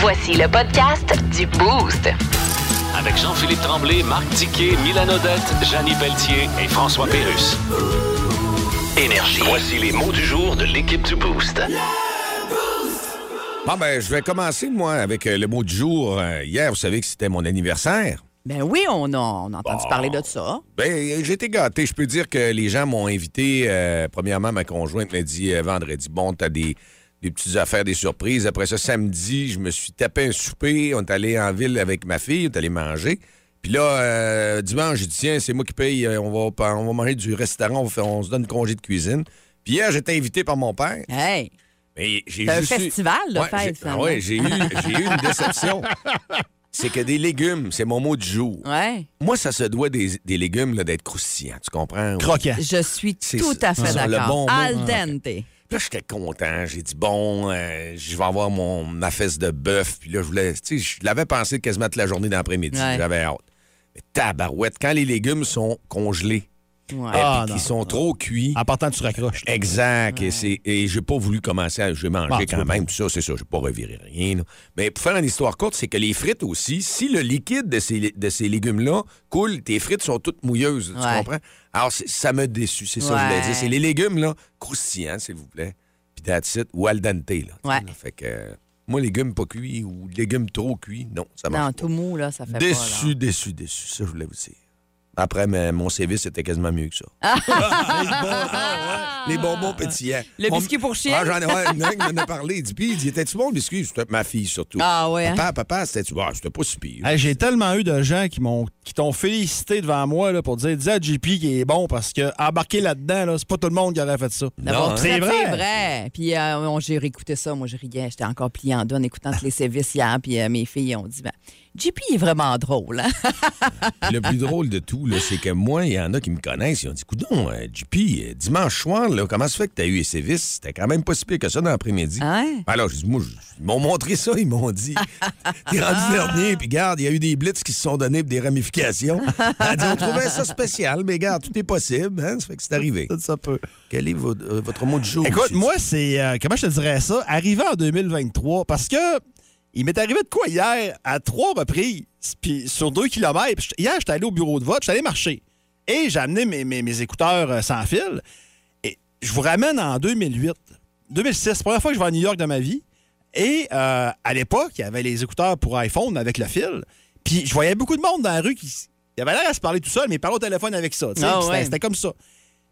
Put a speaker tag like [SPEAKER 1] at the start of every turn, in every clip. [SPEAKER 1] Voici le podcast du Boost.
[SPEAKER 2] Avec Jean-Philippe Tremblay, Marc Tiquet, Milan Odette, Janine Pelletier et François Pérus. Énergie. Voici les mots du jour de l'équipe du Boost.
[SPEAKER 3] Bon, ben, je vais commencer, moi, avec euh, le mot du jour. Euh, Hier, vous savez que c'était mon anniversaire.
[SPEAKER 4] Ben oui, on a, on a entendu parler de ça.
[SPEAKER 3] Ben, euh, j'ai été gâté. Je peux dire que les gens m'ont invité. euh, premièrement, ma conjointe m'a dit euh, vendredi, bon, t'as des, des petites affaires, des surprises. Après ça, samedi, je me suis tapé un souper. On est allé en ville avec ma fille, on est allé manger. Puis là, euh, dimanche, j'ai dit, tiens, c'est moi qui paye. Euh, On va, pa- on va manger du restaurant, on, va faire- on se donne congé de cuisine. Puis hier, j'étais invité par mon père.
[SPEAKER 4] Hey,
[SPEAKER 3] Mais j'ai
[SPEAKER 4] c'est un
[SPEAKER 3] juste eu-
[SPEAKER 4] festival de
[SPEAKER 3] Ouais,
[SPEAKER 4] fêtes,
[SPEAKER 3] j'ai- ah ouais, j'ai eu, j'ai eu une déception. C'est que des légumes, c'est mon mot du jour.
[SPEAKER 4] Ouais,
[SPEAKER 3] Moi, ça se doit des, des légumes là, d'être croustillants, tu comprends?
[SPEAKER 5] Croquant.
[SPEAKER 4] je suis
[SPEAKER 3] C'est
[SPEAKER 4] tout
[SPEAKER 3] ça,
[SPEAKER 4] à fait
[SPEAKER 3] ça, le bon mot.
[SPEAKER 4] d'accord. Al
[SPEAKER 5] hein.
[SPEAKER 4] dente.
[SPEAKER 3] Puis Là, j'étais content. J'ai dit, bon, euh, je vais avoir mon, ma fesse de bœuf. Puis là, je voulais. Tu sais, je l'avais pensé quasiment toute la journée d'après-midi.
[SPEAKER 4] Ouais.
[SPEAKER 3] J'avais hâte. Mais tabarouette, quand les légumes sont congelés,
[SPEAKER 4] Ouais.
[SPEAKER 3] et
[SPEAKER 5] Ah,
[SPEAKER 3] qu'ils
[SPEAKER 5] non.
[SPEAKER 3] sont trop cuits.
[SPEAKER 5] En partant, tu raccroches.
[SPEAKER 3] Exact. Et c'est- Et j'ai pas voulu commencer à. J'ai mangé
[SPEAKER 4] Bah,
[SPEAKER 5] Ah, tu
[SPEAKER 3] quand
[SPEAKER 5] peux
[SPEAKER 3] même, tout ça, c'est ça. J'ai pas reviré rien. là. Mais pour faire une histoire courte, c'est que les frites aussi, si le liquide de ces, de ces légumes-là coule, tes frites sont toutes mouilleuses. Tu
[SPEAKER 4] Ouais.
[SPEAKER 3] comprends? Alors, c'est- ça me déçu, c'est ça que je voulais
[SPEAKER 4] Ouais.
[SPEAKER 3] dire. C'est les légumes, là, croustillants, s'il vous plaît. Puis that's it, ou al dente, là.
[SPEAKER 4] Ouais.
[SPEAKER 3] Fait que. euh, Moi, légumes pas cuits ou légumes trop cuits, non, ça marche
[SPEAKER 4] Non,
[SPEAKER 3] pas.
[SPEAKER 4] tout mou, là, ça fait
[SPEAKER 3] Déçu,
[SPEAKER 4] pas.
[SPEAKER 3] déçu, déçu. Ça, je voulais vous dire. Après, mais mon service était quasiment mieux que ça. les bonbons pétillants.
[SPEAKER 4] Ah! Le
[SPEAKER 3] Mon-
[SPEAKER 4] biscuit pour chien?
[SPEAKER 3] Ah, j'en ai ouais, une dingue m'en a parlé. Il dit, puis, il dit, était-tu bon le biscuit? C'était ma fille, surtout.
[SPEAKER 4] Ah ouais, hein?
[SPEAKER 3] Papa, papa, c'était-tu bon? C'était pas si pire.
[SPEAKER 5] Hey, j'ai tellement eu de gens qui m'ont qui t'ont félicité devant moi là, pour dire dis à JP qu'il est bon parce que embarquer là-dedans, là, c'est pas tout le monde qui aurait fait ça.
[SPEAKER 4] là. D'abord,
[SPEAKER 3] Non, hein?
[SPEAKER 4] ça,
[SPEAKER 5] C'est
[SPEAKER 4] C'est
[SPEAKER 5] vrai.
[SPEAKER 4] vrai. Puis euh, on- j'ai réécouté ça, moi je riais, j'étais encore plié en deux en écoutant
[SPEAKER 5] Ah.
[SPEAKER 4] tous les sévices hier, puis euh, mes filles ont dit, ben, JP est vraiment drôle. hein?
[SPEAKER 3] Le plus drôle de tout, là, c'est que moi, il y en a qui me connaissent. Ils ont dit, coudon, euh, JP, euh, dimanche soir, là, comment ça fait que t'as eu les sévices? C'était quand même pas si pire que ça dans l'après-midi.
[SPEAKER 5] Ah
[SPEAKER 4] Ouais.
[SPEAKER 3] Alors, j'ai dit, moi, je- ils m'ont montré ça, ils m'ont dit. T'es rendu dernier, puis garde, il y a eu des blitz qui se sont donnés pour des ramifications. Elle dit, on trouvait ça spécial, mais garde, tout est possible. Hein? Ça fait que c'est arrivé.
[SPEAKER 5] Ça, ça peut.
[SPEAKER 3] Quel est votre, euh, votre mot de jour?
[SPEAKER 5] Écoute,
[SPEAKER 3] monsieur
[SPEAKER 5] moi, c'est. euh, comment je te dirais ça? Arrivé en 2023, parce que il m'est arrivé de quoi hier à trois reprises, puis sur deux kilomètres. Puis Hier, j'étais allé au bureau de vote, j'étais allé marcher. Et j'ai amené mes, mes- mes écouteurs euh, sans fil. Et je vous ramène en 2008. 2006, première fois que je vais à New York de ma vie. Et euh, à l'époque, il y avait les écouteurs pour iPhone avec le fil. Puis je voyais beaucoup de monde dans la rue qui s- il avait l'air à se parler tout seul, mais il parlait au téléphone avec ça. tu sais.
[SPEAKER 4] Ah
[SPEAKER 5] Puis c'était-
[SPEAKER 4] ouais.
[SPEAKER 5] C'était comme ça.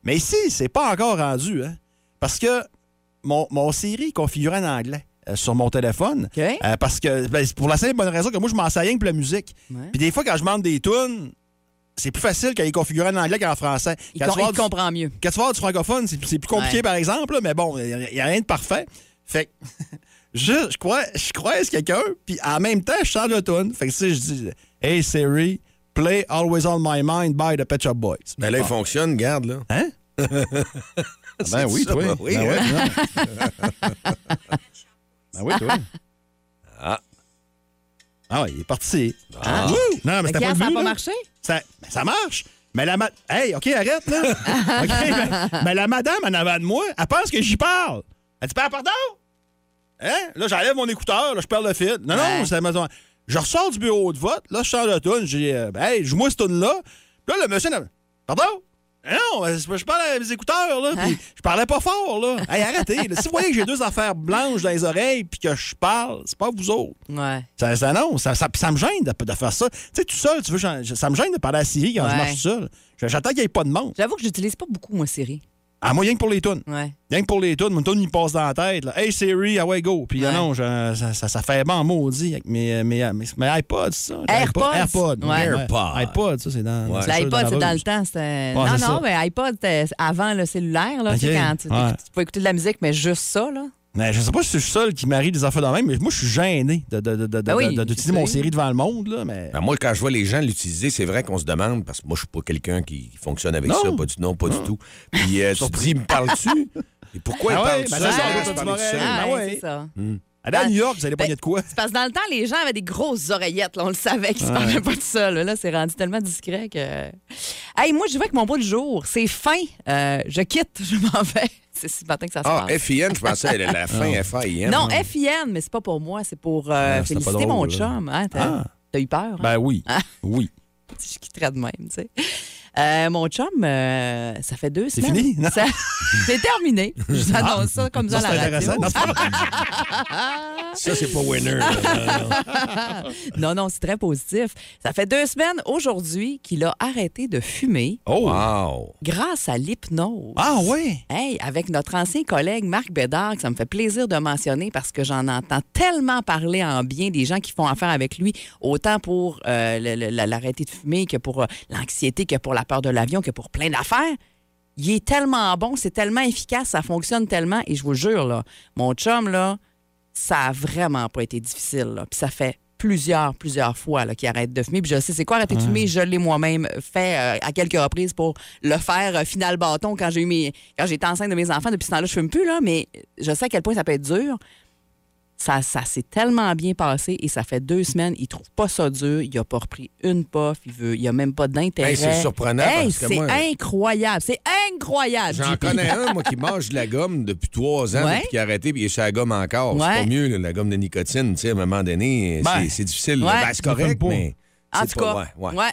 [SPEAKER 5] Mais ici, c'est pas encore rendu. Hein? Parce que mon, mon Siri est configuré en anglais euh, sur mon téléphone.
[SPEAKER 4] OK.
[SPEAKER 5] Euh, parce que ben, c'est pour la simple et bonne raison que moi, je m'en sais rien que pour la musique.
[SPEAKER 4] Ouais.
[SPEAKER 5] Puis des fois, quand je demande des tunes, c'est plus facile quand il est configuré en anglais qu'en français.
[SPEAKER 4] Il, com-
[SPEAKER 5] Quand tu
[SPEAKER 4] il
[SPEAKER 5] vas avoir du-
[SPEAKER 4] comprend mieux.
[SPEAKER 5] quand tu vas avoir du francophone, c'est c'est plus compliqué,
[SPEAKER 4] Ouais.
[SPEAKER 5] par exemple, là, mais bon, il n'y a, rien de parfait. Fait que je, je, crois, je croise quelqu'un, puis en même temps, je change de tune. Fait que si je dis Hey Siri, play Always on My Mind by the Pet Shop Boys.
[SPEAKER 3] Ben là, il fonctionne, garde, là.
[SPEAKER 5] Hein?
[SPEAKER 3] C'est ça, ben oui, hein.
[SPEAKER 5] Ben oui, toi.
[SPEAKER 3] Ah.
[SPEAKER 5] Ah ouais, il est parti.
[SPEAKER 3] Ah.
[SPEAKER 5] Wouh! Non, mais
[SPEAKER 4] Fait
[SPEAKER 5] c'était
[SPEAKER 4] que
[SPEAKER 5] pas
[SPEAKER 4] hier, ça
[SPEAKER 5] voulu,
[SPEAKER 4] n'a pas
[SPEAKER 5] là.
[SPEAKER 4] marché?
[SPEAKER 5] Ça, ben, ça marche. Mais la ma- Hey, OK, arrête, là. OK, mais, mais la madame en avant de moi, elle pense que j'y parle. Elle dit, Ah, pardon? Hein? Là, j'enlève mon écouteur, là, je perds le fil. Non, non,
[SPEAKER 4] Ouais.
[SPEAKER 5] c'est la maison. Je ressors du bureau de vote, là, je change de tune. J'ai, euh, Ben, hey, joue-moi cette tune-là. Puis là, le monsieur, elle- pardon? Non, euh, c'est pas- je parle à mes écouteurs, là,
[SPEAKER 4] Hein?
[SPEAKER 5] puis je parlais pas fort, là. Hey, arrêtez. là. Si vous voyez que j'ai deux affaires blanches dans les oreilles, puis que je parle, c'est pas vous autres.
[SPEAKER 4] Ouais.
[SPEAKER 5] Ça, ça, non, ça, ça, ça me gêne de, de faire ça. Tu sais, tout seul, tu veux, chan- ça me gêne de parler à Siri quand je
[SPEAKER 4] Ouais.
[SPEAKER 5] marche tout seul. Je- J'attends qu'il n'y ait pas de monde.
[SPEAKER 4] J'avoue que j'utilise pas beaucoup, moi, Siri.
[SPEAKER 5] À moi, rien que pour les tunes.
[SPEAKER 4] Ouais.
[SPEAKER 5] Rien que pour les tunes, mon tune, il passe dans la tête. là. Hey Siri, ah ouais, go. Puis
[SPEAKER 4] Ouais.
[SPEAKER 5] non, je- ça, ça, ça fait bon maudit avec mes, mes, mes, mes iPods, ça.
[SPEAKER 4] AirPods.
[SPEAKER 5] AirPods.
[SPEAKER 4] Ouais.
[SPEAKER 3] AirPod.
[SPEAKER 5] iPod, Ben, ça, c'est dans.
[SPEAKER 3] Ouais.
[SPEAKER 5] c'est sûr,
[SPEAKER 4] L'iPod,
[SPEAKER 5] la
[SPEAKER 4] c'est dans le
[SPEAKER 5] veuse.
[SPEAKER 4] temps. c'était-
[SPEAKER 5] Ouais,
[SPEAKER 4] non,
[SPEAKER 5] c'est ça.
[SPEAKER 4] non, mais iPod, c'était avant le cellulaire. Là, tu sais,
[SPEAKER 5] Ok,
[SPEAKER 4] quand tu,
[SPEAKER 5] ouais.
[SPEAKER 4] tu peux écouter de la musique, mais juste ça. Là.
[SPEAKER 5] Mais je sais pas si je suis seul qui marie des affaires de même, mais moi, je suis gêné de- de- de- de-
[SPEAKER 4] Ben oui,
[SPEAKER 5] de- de- d'utiliser
[SPEAKER 4] je
[SPEAKER 5] mon
[SPEAKER 4] sais.
[SPEAKER 5] Siri devant le monde, là, mais.
[SPEAKER 3] Ben, moi, quand je vois les gens l'utiliser, c'est vrai qu'on se demande, parce que moi, je suis pas quelqu'un qui fonctionne avec
[SPEAKER 5] Non.
[SPEAKER 3] ça, pas du non, pas du tout. Puis euh, tu te dis, me parles-tu? Et pourquoi
[SPEAKER 5] Ah
[SPEAKER 3] il
[SPEAKER 5] ouais,
[SPEAKER 3] parle-tu?
[SPEAKER 5] ben
[SPEAKER 3] ça?
[SPEAKER 5] là,
[SPEAKER 3] Ça
[SPEAKER 5] ça
[SPEAKER 3] reste
[SPEAKER 5] reste
[SPEAKER 3] parler tout
[SPEAKER 5] du
[SPEAKER 3] seul.
[SPEAKER 5] moral.
[SPEAKER 4] Ah,
[SPEAKER 5] ben ouais.
[SPEAKER 4] c'est ça.
[SPEAKER 5] Allez à New York, vous allez
[SPEAKER 4] Ben,
[SPEAKER 5] pogner de quoi?
[SPEAKER 4] C'est parce que dans le temps, les gens avaient des grosses oreillettes. là, on le savait qu'ils se parlaient pas tout seul. Là, c'est rendu tellement discret que. Hey, moi, je vais avec mon mot du jour. C'est fin. Euh, je quitte, je m'en vais. C'est ce matin que ça se
[SPEAKER 3] Ah,
[SPEAKER 4] passe.
[SPEAKER 3] FIN, je pensais à la fin
[SPEAKER 5] Ah.
[SPEAKER 3] FIN.
[SPEAKER 4] Non, FIN, mais c'est pas pour moi, c'est pour euh,
[SPEAKER 6] Ah, c'était pas
[SPEAKER 4] féliciter
[SPEAKER 6] drôle,
[SPEAKER 4] mon
[SPEAKER 6] là.
[SPEAKER 4] chum. hein, T'as
[SPEAKER 6] Ah.
[SPEAKER 4] t'as eu peur? hein?
[SPEAKER 6] Ben oui. Oui.
[SPEAKER 4] Je quitterais de même, tu sais. Euh, mon chum, euh, ça fait deux semaines.
[SPEAKER 5] fini? Non.
[SPEAKER 4] Ça- C'est terminé. Je vous annonce ça comme ça
[SPEAKER 5] c'est
[SPEAKER 4] à la radio.
[SPEAKER 5] intéressant. Non, c'est pas vrai.
[SPEAKER 3] Ça, c'est pas winner.
[SPEAKER 4] Non, non, c'est très positif. Ça fait deux semaines aujourd'hui qu'il a arrêté de fumer
[SPEAKER 3] Oh! Wow!
[SPEAKER 4] grâce à l'hypnose.
[SPEAKER 5] ah ouais.
[SPEAKER 4] Hey, avec notre ancien collègue Marc Bédard, que ça me fait plaisir de mentionner parce que j'en entends tellement parler en bien des gens qui font affaire avec lui, autant pour euh, le- le- la- l'arrêter de fumer que pour euh, l'anxiété, que pour la peur de l'avion, que pour plein d'affaires. Il est tellement bon, c'est tellement efficace, ça fonctionne tellement. Et je vous jure, là, mon chum, là, ça a vraiment pas été difficile. là. Puis ça fait plusieurs, plusieurs fois là, qu'il arrête de fumer. Puis je sais c'est quoi arrêter de fumer. Je l'ai moi-même fait euh, à quelques reprises pour le faire euh, final bâton quand j'ai eu mes, quand j'étais enceinte de mes enfants. Depuis ce temps-là, je fume plus, là, mais je sais à quel point ça peut être dur. Ça, ça s'est tellement bien passé et ça fait deux semaines. Il trouve pas ça dur. Il a pas repris une puff. Il veut, il a même pas d'intérêt.
[SPEAKER 3] Hey, c'est surprenant
[SPEAKER 4] Hey,
[SPEAKER 3] parce que
[SPEAKER 4] c'est
[SPEAKER 3] moi-
[SPEAKER 4] incroyable. C'est incroyable.
[SPEAKER 3] J'en
[SPEAKER 4] JP.
[SPEAKER 3] connais un, moi, qui mange de la gomme depuis trois ans,
[SPEAKER 4] Ouais.
[SPEAKER 3] puis qui a arrêté, puis il est sur la gomme encore.
[SPEAKER 4] Ouais.
[SPEAKER 3] C'est pas mieux, là, la gomme de nicotine, tu sais, à un moment donné,
[SPEAKER 5] Ben,
[SPEAKER 3] c'est- c'est difficile.
[SPEAKER 4] ouais.
[SPEAKER 3] là. Ben, c'est correct, mais.
[SPEAKER 4] En
[SPEAKER 3] c'est
[SPEAKER 4] tout
[SPEAKER 3] pas-
[SPEAKER 4] cas,
[SPEAKER 3] ouais, ouais.
[SPEAKER 4] ouais.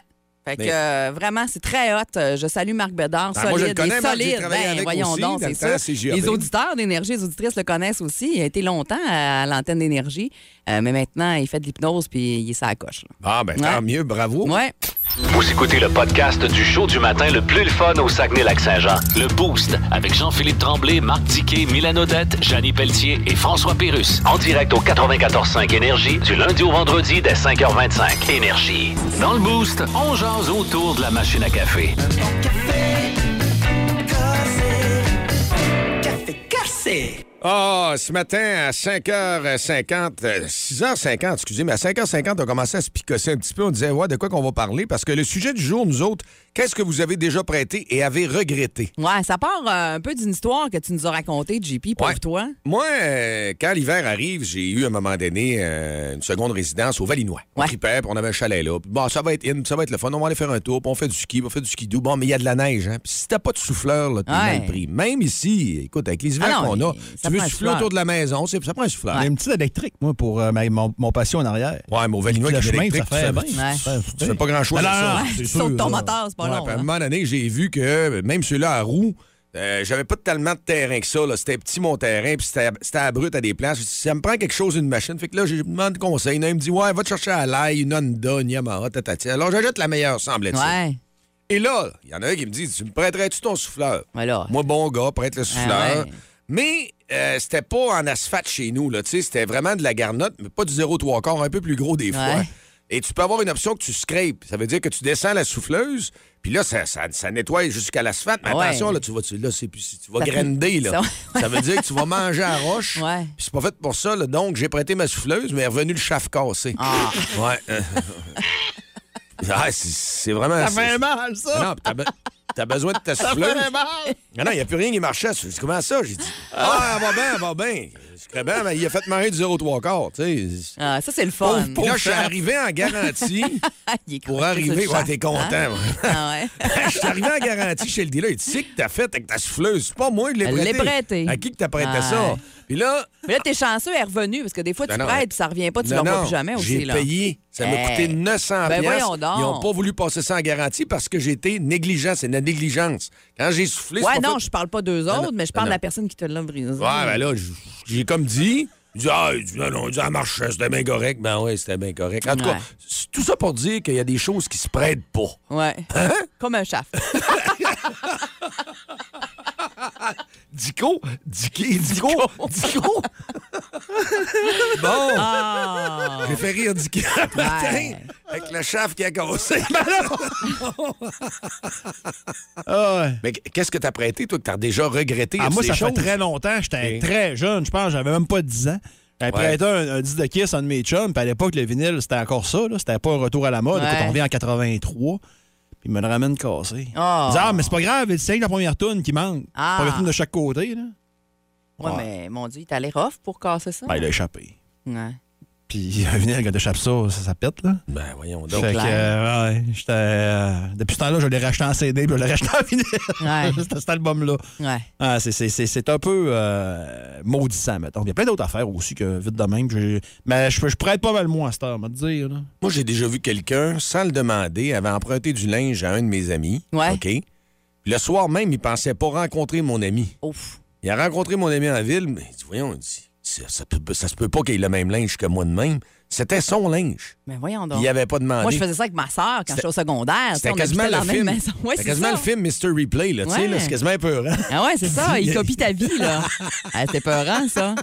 [SPEAKER 4] Fait que
[SPEAKER 3] Mais-
[SPEAKER 4] euh, vraiment, c'est très hot. Euh, Je salue Marc
[SPEAKER 3] Ben,
[SPEAKER 4] Bédard, solide,
[SPEAKER 3] moi, je le
[SPEAKER 4] il
[SPEAKER 3] connais,
[SPEAKER 4] est
[SPEAKER 3] Marc, j'ai
[SPEAKER 4] solide.
[SPEAKER 3] travaillé
[SPEAKER 4] Ben,
[SPEAKER 3] avec
[SPEAKER 4] voyons
[SPEAKER 3] aussi,
[SPEAKER 4] donc,
[SPEAKER 3] dans le
[SPEAKER 4] c'est
[SPEAKER 3] temps
[SPEAKER 4] ça.
[SPEAKER 3] à CJRD.
[SPEAKER 4] Les auditeurs d'énergie, les auditrices le connaissent aussi. Il a été longtemps à l'antenne d'énergie, euh, mais maintenant, il fait de l'hypnose puis il est sa coche. là.
[SPEAKER 3] Ah, ben,
[SPEAKER 4] Ouais.
[SPEAKER 3] tant mieux, bravo.
[SPEAKER 4] Ouais.
[SPEAKER 2] Vous écoutez le podcast du show du matin le plus le fun au Saguenay-Lac-Saint-Jean. Le Boost avec Jean-Philippe Tremblay, Marc Diquet, Milan Odette, Janine Pelletier et François Pérus. En direct au 94.5 Énergie du lundi au vendredi dès 5h25. Énergie. Dans le Boost, on jase autour de la machine à café.
[SPEAKER 3] Ah, ce matin, à 5h50, euh, 6h50, excusez, mais à 5h50, on commençait à se picosser un petit peu. On disait, ouais, de quoi qu'on va parler? Parce que le sujet du jour, nous autres, qu'est-ce que vous avez déjà prêté et avez regretté?
[SPEAKER 4] Ouais, ça part euh, un peu d'une histoire que tu nous as racontée, JP, pauvre
[SPEAKER 3] Ouais.
[SPEAKER 4] toi.
[SPEAKER 3] Moi, euh, quand l'hiver arrive, j'ai eu à un moment donné euh, une seconde résidence au Valinois. On
[SPEAKER 4] Ouais.
[SPEAKER 3] tripait, puis on avait un chalet là. Puis bon, ça va être in, ça va être le fun. On va aller faire un tour, puis on fait du ski, puis on fait du ski doux. Bon, mais il y a de la neige, hein. Puis si t'as pas de souffleur, là, t'es
[SPEAKER 4] Ouais.
[SPEAKER 3] mal pris. Même ici, écoute, avec les hivers
[SPEAKER 4] Ah non,
[SPEAKER 3] qu'on a,
[SPEAKER 4] mais ça
[SPEAKER 3] tu veux
[SPEAKER 4] prend
[SPEAKER 3] souffler
[SPEAKER 4] un souffleur.
[SPEAKER 3] autour de la maison, c'est- ça prend un souffleur.
[SPEAKER 5] J'ai une petite électrique, moi, pour euh, ma- mon, mon patio en arrière.
[SPEAKER 3] Ouais, mais au Valinois,
[SPEAKER 5] le
[SPEAKER 3] qui est
[SPEAKER 5] chemin,
[SPEAKER 3] électrique,
[SPEAKER 5] ça
[SPEAKER 3] tu
[SPEAKER 5] fait bien.
[SPEAKER 3] fais- tu-
[SPEAKER 4] Ouais.
[SPEAKER 5] Ça
[SPEAKER 3] tu fais pas grand-chose
[SPEAKER 5] Non,
[SPEAKER 3] à Ah, ça.
[SPEAKER 5] non,
[SPEAKER 4] Ouais,
[SPEAKER 5] c'est
[SPEAKER 4] tu
[SPEAKER 5] sûr,
[SPEAKER 4] sautes ton
[SPEAKER 5] ça.
[SPEAKER 4] moteur, c'est pas
[SPEAKER 3] Ouais, ben,
[SPEAKER 4] long.
[SPEAKER 3] puis à un
[SPEAKER 4] hein.
[SPEAKER 3] moment donné, j'ai vu que euh, même ceux-là à roues, euh, j'avais pas tellement de terrain que ça. là. C'était petit mon terrain, puis c'était c'était abrupt à des places. Ça me prend quelque chose, une machine. Fait que là, je demande conseil. Il y en a un qui me dit Ouais, va te chercher à l'ail, une Honda, une Yamaha, tatati. Alors, j'achète la meilleure, semble-t-il.
[SPEAKER 4] Ouais.
[SPEAKER 3] Et là, il y en a un qui me dit Tu me prêterais-tu ton souffleur
[SPEAKER 4] Voilà.
[SPEAKER 3] Moi, bon gars, prête le souffleur.
[SPEAKER 4] Ah ouais.
[SPEAKER 3] Mais euh, c'était pas en asphalte chez nous. là. Tu sais, C'était vraiment de la garnotte, mais pas du 0,3 quart, un peu plus gros des fois.
[SPEAKER 4] Ouais.
[SPEAKER 3] Et tu peux avoir une option que tu scrapes. Ça veut dire que tu descends la souffleuse, puis là, ça, ça, ça nettoie jusqu'à l'asphalte. Mais
[SPEAKER 4] Ah Ouais.
[SPEAKER 3] attention, là, tu vas, tu, là, c'est plus- tu vas
[SPEAKER 4] Ça fait-
[SPEAKER 3] grinder. Là.
[SPEAKER 4] ça-
[SPEAKER 3] ça veut dire que tu vas manger à roche.
[SPEAKER 4] Ouais.
[SPEAKER 3] Puis c'est pas fait pour ça. là. Donc, j'ai prêté ma souffleuse, mais est revenu le chaf cassé.
[SPEAKER 4] Ah.
[SPEAKER 3] Ouais. euh, ah, c'est- c'est vraiment.
[SPEAKER 5] Ça
[SPEAKER 3] c'est-
[SPEAKER 5] fait mal, ça.
[SPEAKER 3] non, t'as, be- t'as besoin de ta
[SPEAKER 5] Ça
[SPEAKER 3] souffleuse.
[SPEAKER 5] fait mal.
[SPEAKER 3] Ah non, il n'y a plus rien qui marchait. J'ai dit, comment ça? J'ai dit, ah, elle va bien, elle va bien. Je crois bien, mais il a fait marrer du 0,3 quart, tu sais.
[SPEAKER 4] Ah, ça, c'est le
[SPEAKER 3] Pauvre,
[SPEAKER 4] fun.
[SPEAKER 3] pauvre Là, je suis arrivé en garantie
[SPEAKER 4] Il est
[SPEAKER 3] pour
[SPEAKER 4] croqué sur
[SPEAKER 3] arriver.
[SPEAKER 4] le
[SPEAKER 3] Ouais,
[SPEAKER 4] champ.
[SPEAKER 3] t'es content.
[SPEAKER 4] Hein?
[SPEAKER 3] moi.
[SPEAKER 4] Ah ouais.
[SPEAKER 3] Je suis arrivé en garantie chez le dealer. Il dit, c'est que t'as fait avec ta souffleuse. C'est pas moi qui l'ai
[SPEAKER 4] Elle
[SPEAKER 3] prêté.
[SPEAKER 4] l'a prêté.
[SPEAKER 3] À qui que t'as prêté
[SPEAKER 4] Ah.
[SPEAKER 3] ça? Puis là,
[SPEAKER 4] Mais là, t'es chanceux, elle est revenue, parce que des fois, tu
[SPEAKER 3] Non, non.
[SPEAKER 4] prêtes, puis ça revient pas, tu
[SPEAKER 3] non,
[SPEAKER 4] l'en vois
[SPEAKER 3] non,
[SPEAKER 4] plus jamais aussi.
[SPEAKER 3] j'ai
[SPEAKER 4] là.
[SPEAKER 3] payé. Ça m'a
[SPEAKER 4] Hey.
[SPEAKER 3] coûté 900
[SPEAKER 4] Ben,
[SPEAKER 3] piastres.
[SPEAKER 4] voyons donc.
[SPEAKER 3] Ils n'ont pas voulu passer ça en garantie parce que j'étais négligent. C'est de la négligence. Quand j'ai soufflé, c'est
[SPEAKER 4] Ouais,
[SPEAKER 3] pas
[SPEAKER 4] non,
[SPEAKER 3] fait-
[SPEAKER 4] je parle pas d'eux autres,
[SPEAKER 3] non,
[SPEAKER 4] mais je parle
[SPEAKER 3] non,
[SPEAKER 4] de la
[SPEAKER 3] non.
[SPEAKER 4] personne qui te l'a brisé.
[SPEAKER 3] Ouais, ben là, j- j'ai comme dit. Il dit, ah, il dit, non, non, il dit, ça marche, c'était bien correct. Ben oui, c'était bien correct. En tout
[SPEAKER 4] Ouais.
[SPEAKER 3] cas, c'est tout ça pour dire qu'il y a des choses qui se prêtent pas.
[SPEAKER 4] Ouais.
[SPEAKER 3] Hein?
[SPEAKER 4] Comme un chaf.
[SPEAKER 3] Dico, Dicky, Dico, Dico. bon,
[SPEAKER 4] Ah!
[SPEAKER 3] j'ai fait rire Dicky le matin
[SPEAKER 4] Ouais.
[SPEAKER 3] avec le chef qui a cassé.
[SPEAKER 5] Ah, ouais.
[SPEAKER 3] Mais qu'est-ce que t'as prêté, toi, que t'as déjà regretté?
[SPEAKER 5] Ah, moi,
[SPEAKER 3] ces
[SPEAKER 5] ça fait
[SPEAKER 3] choses?
[SPEAKER 5] très longtemps. J'étais
[SPEAKER 3] Ok.
[SPEAKER 5] très jeune, je pense. J'avais même pas 10 ans. J'avais
[SPEAKER 3] Ouais.
[SPEAKER 5] prêté un, un 10 de Kiss, un de mes chums. Puis à l'époque, le vinyle, c'était encore ça. là. C'était pas un retour à la mode.
[SPEAKER 4] Ouais.
[SPEAKER 5] Écoute, on revient en 83. Puis il me le ramène cassé.
[SPEAKER 4] Ah.
[SPEAKER 5] Il dit, ah, mais c'est pas grave. Il saigne la première toune qui manque.
[SPEAKER 4] Ah.
[SPEAKER 5] La Première toune de chaque côté. Là.
[SPEAKER 4] Ouais, mais mon Dieu, il t'allait rough pour casser ça.
[SPEAKER 5] Ben, il a échappé.
[SPEAKER 4] Ouais.
[SPEAKER 5] Puis Puis un vinyle, quand t'échappes ça, ça, ça pète, là.
[SPEAKER 3] Ben, voyons donc.
[SPEAKER 5] fait que, euh, ouais, j'étais. euh, depuis ce temps-là, je l'ai racheté en CD, puis je l'ai racheté en vinyle.
[SPEAKER 4] Ouais.
[SPEAKER 5] C'était cet album-là.
[SPEAKER 4] Ouais.
[SPEAKER 5] Ah, c'est- c'est- c'est c'est un peu euh, maudissant, mettons. Il y a plein d'autres affaires aussi que vite de même. j'ai- Mais je, je pourrais être pas mal moins à cette heure, on va te dire. Là.
[SPEAKER 3] Moi, j'ai déjà vu quelqu'un, sans le demander, avait emprunté du linge à un de mes amis.
[SPEAKER 4] Ouais.
[SPEAKER 3] OK. Le soir même, il pensait pas rencontrer mon ami.
[SPEAKER 4] Ouf.
[SPEAKER 3] Il a rencontré mon ami en ville, mais il dit Voyons, il dit, ça, ça peut- ça se peut pas qu'il ait le même linge que moi de même. C'était son linge.
[SPEAKER 4] Mais voyons donc.
[SPEAKER 3] Il avait pas demandé.
[SPEAKER 4] Moi, je faisais ça avec ma sœur quand j'étais au secondaire. tu sais,
[SPEAKER 3] C'était
[SPEAKER 4] on
[SPEAKER 3] quasiment
[SPEAKER 4] habitait dans
[SPEAKER 3] le
[SPEAKER 4] la même
[SPEAKER 3] film.
[SPEAKER 4] maison. Ouais,
[SPEAKER 3] C'était
[SPEAKER 4] c'est
[SPEAKER 3] quasiment
[SPEAKER 4] ça.
[SPEAKER 3] le film Mr. Replay, là. Tu sais,
[SPEAKER 4] Ouais.
[SPEAKER 3] là, c'est quasiment
[SPEAKER 5] hein.
[SPEAKER 3] épeurant.
[SPEAKER 4] Ah ouais, c'est ça. Il copie ta vie, là. Ah, C'était peurant, ça.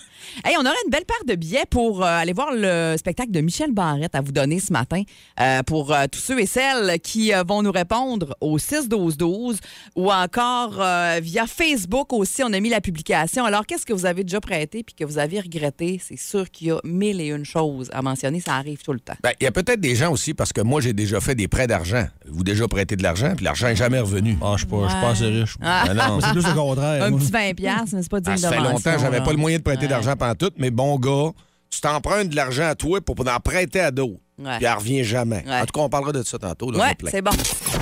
[SPEAKER 4] Hey, on aurait une belle paire de billets pour euh, aller voir le spectacle de Michel Barrette à vous donner ce matin Euh, pour euh, tous ceux et celles qui euh, vont nous répondre au 6-12-12 ou encore euh, via Facebook aussi. On a mis la publication. Alors, qu'est-ce que vous avez déjà prêté puis que vous avez regretté? C'est sûr qu'il y a mille et une choses à mentionner. Ça arrive tout le temps.
[SPEAKER 3] Ben, il y a peut-être des gens aussi, parce que moi, j'ai déjà fait des prêts d'argent. Vous déjà prêté de l'argent, puis l'argent n'est jamais revenu.
[SPEAKER 5] Ah, je suis pas, je suis pas assez riche. Ben
[SPEAKER 3] Ah, non.
[SPEAKER 5] C'est plus le contraire.
[SPEAKER 4] Un
[SPEAKER 5] moi.
[SPEAKER 4] petit 20$, piastres, mais c'est pas digne
[SPEAKER 3] Ah, ça
[SPEAKER 4] de
[SPEAKER 3] fait longtemps,
[SPEAKER 4] mention,
[SPEAKER 3] j'avais
[SPEAKER 4] là.
[SPEAKER 3] pas le moyen de prêter d'argent pendant tout, mais bon gars, tu t'empruntes de l'argent à toi pour en prêter à d'autres.
[SPEAKER 4] Ouais.
[SPEAKER 3] Puis elle revient jamais.
[SPEAKER 4] Ouais.
[SPEAKER 3] En tout cas, on parlera de ça tantôt. Là, on
[SPEAKER 4] Ouais,
[SPEAKER 3] est plein.
[SPEAKER 4] c'est bon.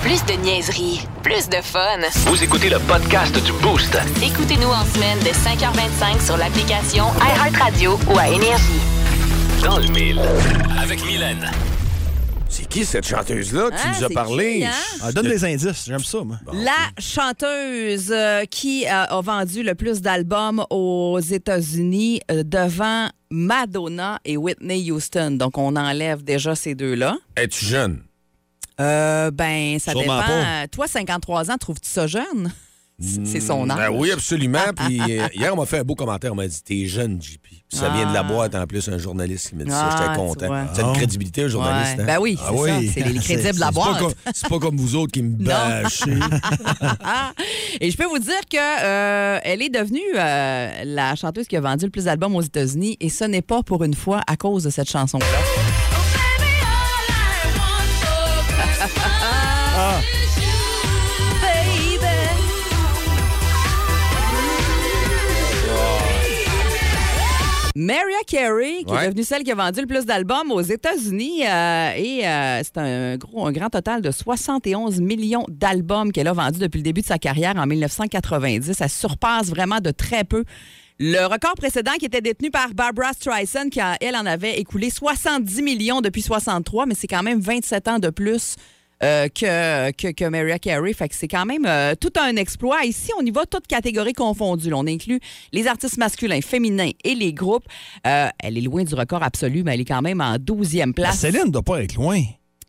[SPEAKER 1] Plus de niaiserie, plus de fun.
[SPEAKER 2] Vous écoutez le podcast du Boost.
[SPEAKER 1] Écoutez-nous en semaine de 5h25 sur l'application iHeartRadio ou à Énergie.
[SPEAKER 2] Dans le mille. Avec Mylène.
[SPEAKER 3] C'est qui cette chanteuse-là que tu
[SPEAKER 4] Ah,
[SPEAKER 3] nous as
[SPEAKER 4] c'est
[SPEAKER 3] parlé?
[SPEAKER 4] qui, hein?
[SPEAKER 5] Ah, donne des indices, j'aime ça, moi.
[SPEAKER 4] La chanteuse euh, qui euh, a vendu le plus d'albums aux États-Unis euh, devant Madonna et Whitney Houston. Donc, on enlève déjà ces deux-là.
[SPEAKER 3] Es-tu jeune?
[SPEAKER 4] Euh, ben, ça
[SPEAKER 5] Sûrement
[SPEAKER 4] dépend.
[SPEAKER 5] pas.
[SPEAKER 4] Euh, Toi, 53 ans, trouves-tu ça jeune? C'est c'est son âge.
[SPEAKER 3] Ben oui, absolument. Puis euh, hier, on m'a fait un beau commentaire. On m'a dit T'es jeune, JP. Puis ça vient de la boîte en plus, un journaliste qui m'a dit ça.
[SPEAKER 4] Ah,
[SPEAKER 3] J'étais
[SPEAKER 4] tu vois.
[SPEAKER 3] content. C'est une crédibilité, un journaliste.
[SPEAKER 4] Ouais.
[SPEAKER 3] hein?
[SPEAKER 4] Ben oui,
[SPEAKER 5] Ah
[SPEAKER 4] c'est ça.
[SPEAKER 5] oui.
[SPEAKER 4] C'est les crédibles
[SPEAKER 5] C'est-
[SPEAKER 4] de la
[SPEAKER 3] C'est pas
[SPEAKER 4] boîte.
[SPEAKER 3] comme- C'est pas comme vous autres qui me bâchez.
[SPEAKER 4] Ah! Et je peux vous dire que euh, elle est devenue euh, la chanteuse qui a vendu le plus d'albums aux États-Unis et ce n'est pas pour une fois à cause de cette chanson-là. Mariah Carey, qui
[SPEAKER 3] Ouais.
[SPEAKER 4] est devenue celle qui a vendu le plus d'albums aux États-Unis. euh, et euh, c'est un, gros, un grand total de 71 millions d'albums qu'elle a vendus depuis le début de sa carrière en 1990. Ça surpasse vraiment de très peu. Le record précédent qui était détenu par Barbara Streisand, qui, a- elle, en avait écoulé 70 millions depuis 63, mais c'est quand même 27 ans de plus euh, que, que, que Mariah Carey. Fait que c'est quand même euh, tout un exploit. Ici, on y va toutes catégories confondues. là. On inclut les artistes masculins, féminins et les groupes. Euh, elle est loin du record absolu, mais elle est quand même en 12e
[SPEAKER 5] La
[SPEAKER 4] place
[SPEAKER 5] Céline doit pas être loin.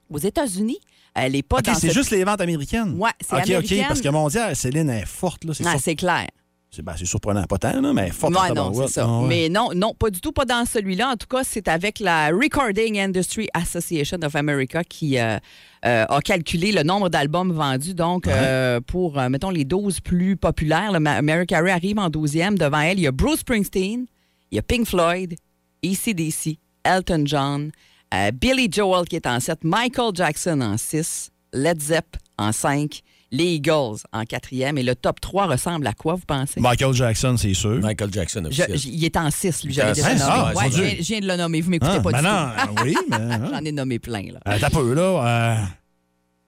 [SPEAKER 4] aux États-Unis. Elle n'est pas
[SPEAKER 5] OK,
[SPEAKER 4] dans
[SPEAKER 5] c'est
[SPEAKER 4] cette-
[SPEAKER 5] juste les ventes américaines.
[SPEAKER 4] Ouais, c'est
[SPEAKER 5] OK,
[SPEAKER 4] américaine.
[SPEAKER 5] OK, parce que mondial, Céline elle est forte, là. C'est
[SPEAKER 4] Ah,
[SPEAKER 5] sur-
[SPEAKER 4] c'est clair.
[SPEAKER 5] c'est- ben, c'est surprenant, pas tant, là, mais elle est forte. en
[SPEAKER 4] Ouais, non,
[SPEAKER 5] tabarouette.
[SPEAKER 4] c'est ça.
[SPEAKER 5] Ah, ouais.
[SPEAKER 4] Mais non, non, pas du tout, pas dans celui-là. En tout cas, c'est avec la Recording Industry Association of America qui euh, euh, a calculé le nombre d'albums vendus. Donc, euh, pour, euh, mettons, les 12 plus populaires, là, Ma- Mary Carey arrive en 12e. Devant elle, il y a Bruce Springsteen, il y a Pink Floyd, ECDC, Elton John, euh, Billy Joel qui est en 7, Michael Jackson en 6, Led Zepp en 5, les Eagles en 4e. Et le top 3 ressemble à quoi, vous pensez?
[SPEAKER 5] Michael Jackson, c'est sûr.
[SPEAKER 3] Michael Jackson,
[SPEAKER 4] Je-
[SPEAKER 3] officiel.
[SPEAKER 4] j- il est en 6, lui, j'avais
[SPEAKER 3] Ah,
[SPEAKER 4] déjà
[SPEAKER 5] six,
[SPEAKER 4] nommé.
[SPEAKER 5] ah,
[SPEAKER 4] Ouais,
[SPEAKER 5] mon
[SPEAKER 4] je,
[SPEAKER 5] Dieu.
[SPEAKER 4] viens, je viens de le nommer, vous m'écoutez
[SPEAKER 5] Ah,
[SPEAKER 4] pas
[SPEAKER 5] ben
[SPEAKER 4] du
[SPEAKER 5] non, euh, oui, mais.
[SPEAKER 4] tout.
[SPEAKER 5] hein.
[SPEAKER 4] J'en ai nommé plein, là.
[SPEAKER 5] Euh, T'as peu, là. Euh,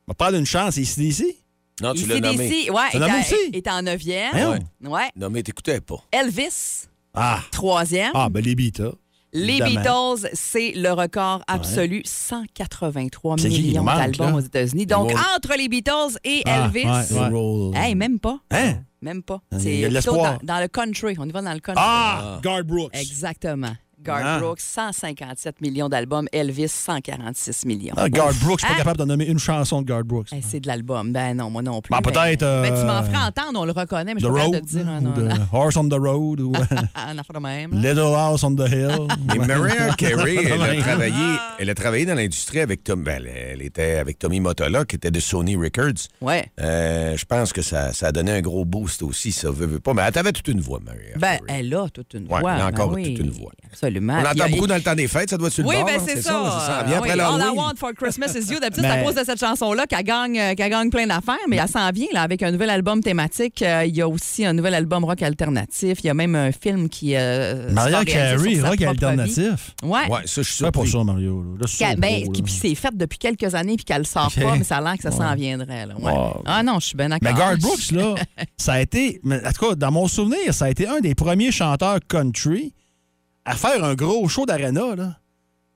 [SPEAKER 5] on va prendre une chance ici, d'ici.
[SPEAKER 3] Non, tu l'as nommé.
[SPEAKER 4] ICDC, ouais, est,
[SPEAKER 5] Tu l'as nommé
[SPEAKER 4] à-
[SPEAKER 5] aussi?
[SPEAKER 4] est en 9e.
[SPEAKER 5] Hein?
[SPEAKER 4] Ouais.
[SPEAKER 3] Nommé, t'écoutais pas.
[SPEAKER 4] Elvis,
[SPEAKER 5] Ah.
[SPEAKER 4] 3e.
[SPEAKER 5] Ah, ben les Beatles.
[SPEAKER 4] Les
[SPEAKER 5] évidemment.
[SPEAKER 4] Beatles, c'est le record absolu, 183
[SPEAKER 5] C'est qui qui nous
[SPEAKER 4] millions
[SPEAKER 5] manque,
[SPEAKER 4] d'albums
[SPEAKER 5] là?
[SPEAKER 4] aux États-Unis. Donc,
[SPEAKER 3] Wow.
[SPEAKER 4] entre les Beatles et
[SPEAKER 5] Ah,
[SPEAKER 4] Elvis,
[SPEAKER 5] ouais, ouais.
[SPEAKER 4] hey, même pas.
[SPEAKER 5] Hein?
[SPEAKER 4] Même pas.
[SPEAKER 5] Il y
[SPEAKER 4] C'est
[SPEAKER 5] a de
[SPEAKER 4] plutôt
[SPEAKER 5] l'espoir.
[SPEAKER 4] dans, dans le country. On y va dans le country.
[SPEAKER 5] Ah, Guard Brooks.
[SPEAKER 4] Exactement. Garth
[SPEAKER 5] Ah.
[SPEAKER 4] Brooks, 157 millions d'albums. Elvis, 146 millions.
[SPEAKER 5] Ah, Guard Brooks, je
[SPEAKER 4] Ah.
[SPEAKER 5] suis pas capable de nommer une chanson de Guard Brooks.
[SPEAKER 4] Eh, c'est de l'album. Ben non, moi non plus.
[SPEAKER 5] Ben,
[SPEAKER 4] mais-
[SPEAKER 5] peut-être, euh,
[SPEAKER 4] Ben, tu m'en feras entendre, on le reconnaît, mais
[SPEAKER 5] The
[SPEAKER 4] je peux pas capable de
[SPEAKER 5] Road,
[SPEAKER 4] te dire
[SPEAKER 5] hein,
[SPEAKER 4] un,
[SPEAKER 5] ou
[SPEAKER 4] un,
[SPEAKER 5] de Horse on the Road, ou euh,
[SPEAKER 4] un affaire de même. là.
[SPEAKER 5] Little House on the Hill.
[SPEAKER 3] Et Mariah Carey, elle a,
[SPEAKER 5] Ah Ouais.
[SPEAKER 3] travaillé, elle a travaillé dans l'industrie avec Tom. ben, elle était avec Tommy Mottola, qui était de Sony Records.
[SPEAKER 4] Ouais.
[SPEAKER 3] Euh, je pense que ça, ça a donné un gros boost aussi, ça veut, veut pas. Mais elle avait toute une voix, Mariah.
[SPEAKER 4] Ben,
[SPEAKER 3] Carey.
[SPEAKER 4] elle a toute une
[SPEAKER 3] Ouais,
[SPEAKER 4] voix.
[SPEAKER 3] elle a
[SPEAKER 4] ben
[SPEAKER 3] encore
[SPEAKER 4] oui,
[SPEAKER 3] toute une voix.
[SPEAKER 4] absolument.
[SPEAKER 3] On
[SPEAKER 4] Il y a-
[SPEAKER 3] entend beaucoup dans le temps des fêtes, ça doit être sur le
[SPEAKER 6] Oui,
[SPEAKER 3] bord,
[SPEAKER 6] ben
[SPEAKER 3] hein,
[SPEAKER 6] c'est
[SPEAKER 3] ça.
[SPEAKER 6] ça.
[SPEAKER 3] ça s'en vient
[SPEAKER 4] Ah
[SPEAKER 6] Euh,
[SPEAKER 3] après
[SPEAKER 6] oui, All I
[SPEAKER 3] l'Halloween.
[SPEAKER 6] Want for Christmas is You. D'habitude, c'est à
[SPEAKER 5] Mais-
[SPEAKER 6] cause de cette chanson-là qu'elle gagne, euh, qu'elle gagne plein d'affaires, mais elle s'en vient là, avec un nouvel album thématique. Euh, Il y a aussi un nouvel album rock alternatif. Il y a même un film qui. euh, sera
[SPEAKER 5] Maria
[SPEAKER 6] réalisé
[SPEAKER 5] Carey,
[SPEAKER 6] sur sa
[SPEAKER 5] rock
[SPEAKER 6] propre
[SPEAKER 5] alternatif.
[SPEAKER 6] vie. Ouais.
[SPEAKER 3] Ouais, ça, je suis
[SPEAKER 5] C'est pour
[SPEAKER 3] surpris.
[SPEAKER 5] ça, Mario. là. Là, je suis
[SPEAKER 6] Qu'elle-
[SPEAKER 5] au
[SPEAKER 6] ben,
[SPEAKER 5] pro,
[SPEAKER 6] qui-
[SPEAKER 5] là.
[SPEAKER 6] puis c'est fait depuis quelques années, puis qu'elle le sort
[SPEAKER 5] OK.
[SPEAKER 6] pas, mais ça a l'air que ça s'en viendrait. là, ouais.
[SPEAKER 5] Wow.
[SPEAKER 6] Ah non, je suis bien d'accord.
[SPEAKER 5] Mais Garth Brooks, là, ça a été, mais en tout cas, dans mon souvenir, ça a été un des premiers chanteurs country à faire un gros show d'arena, là.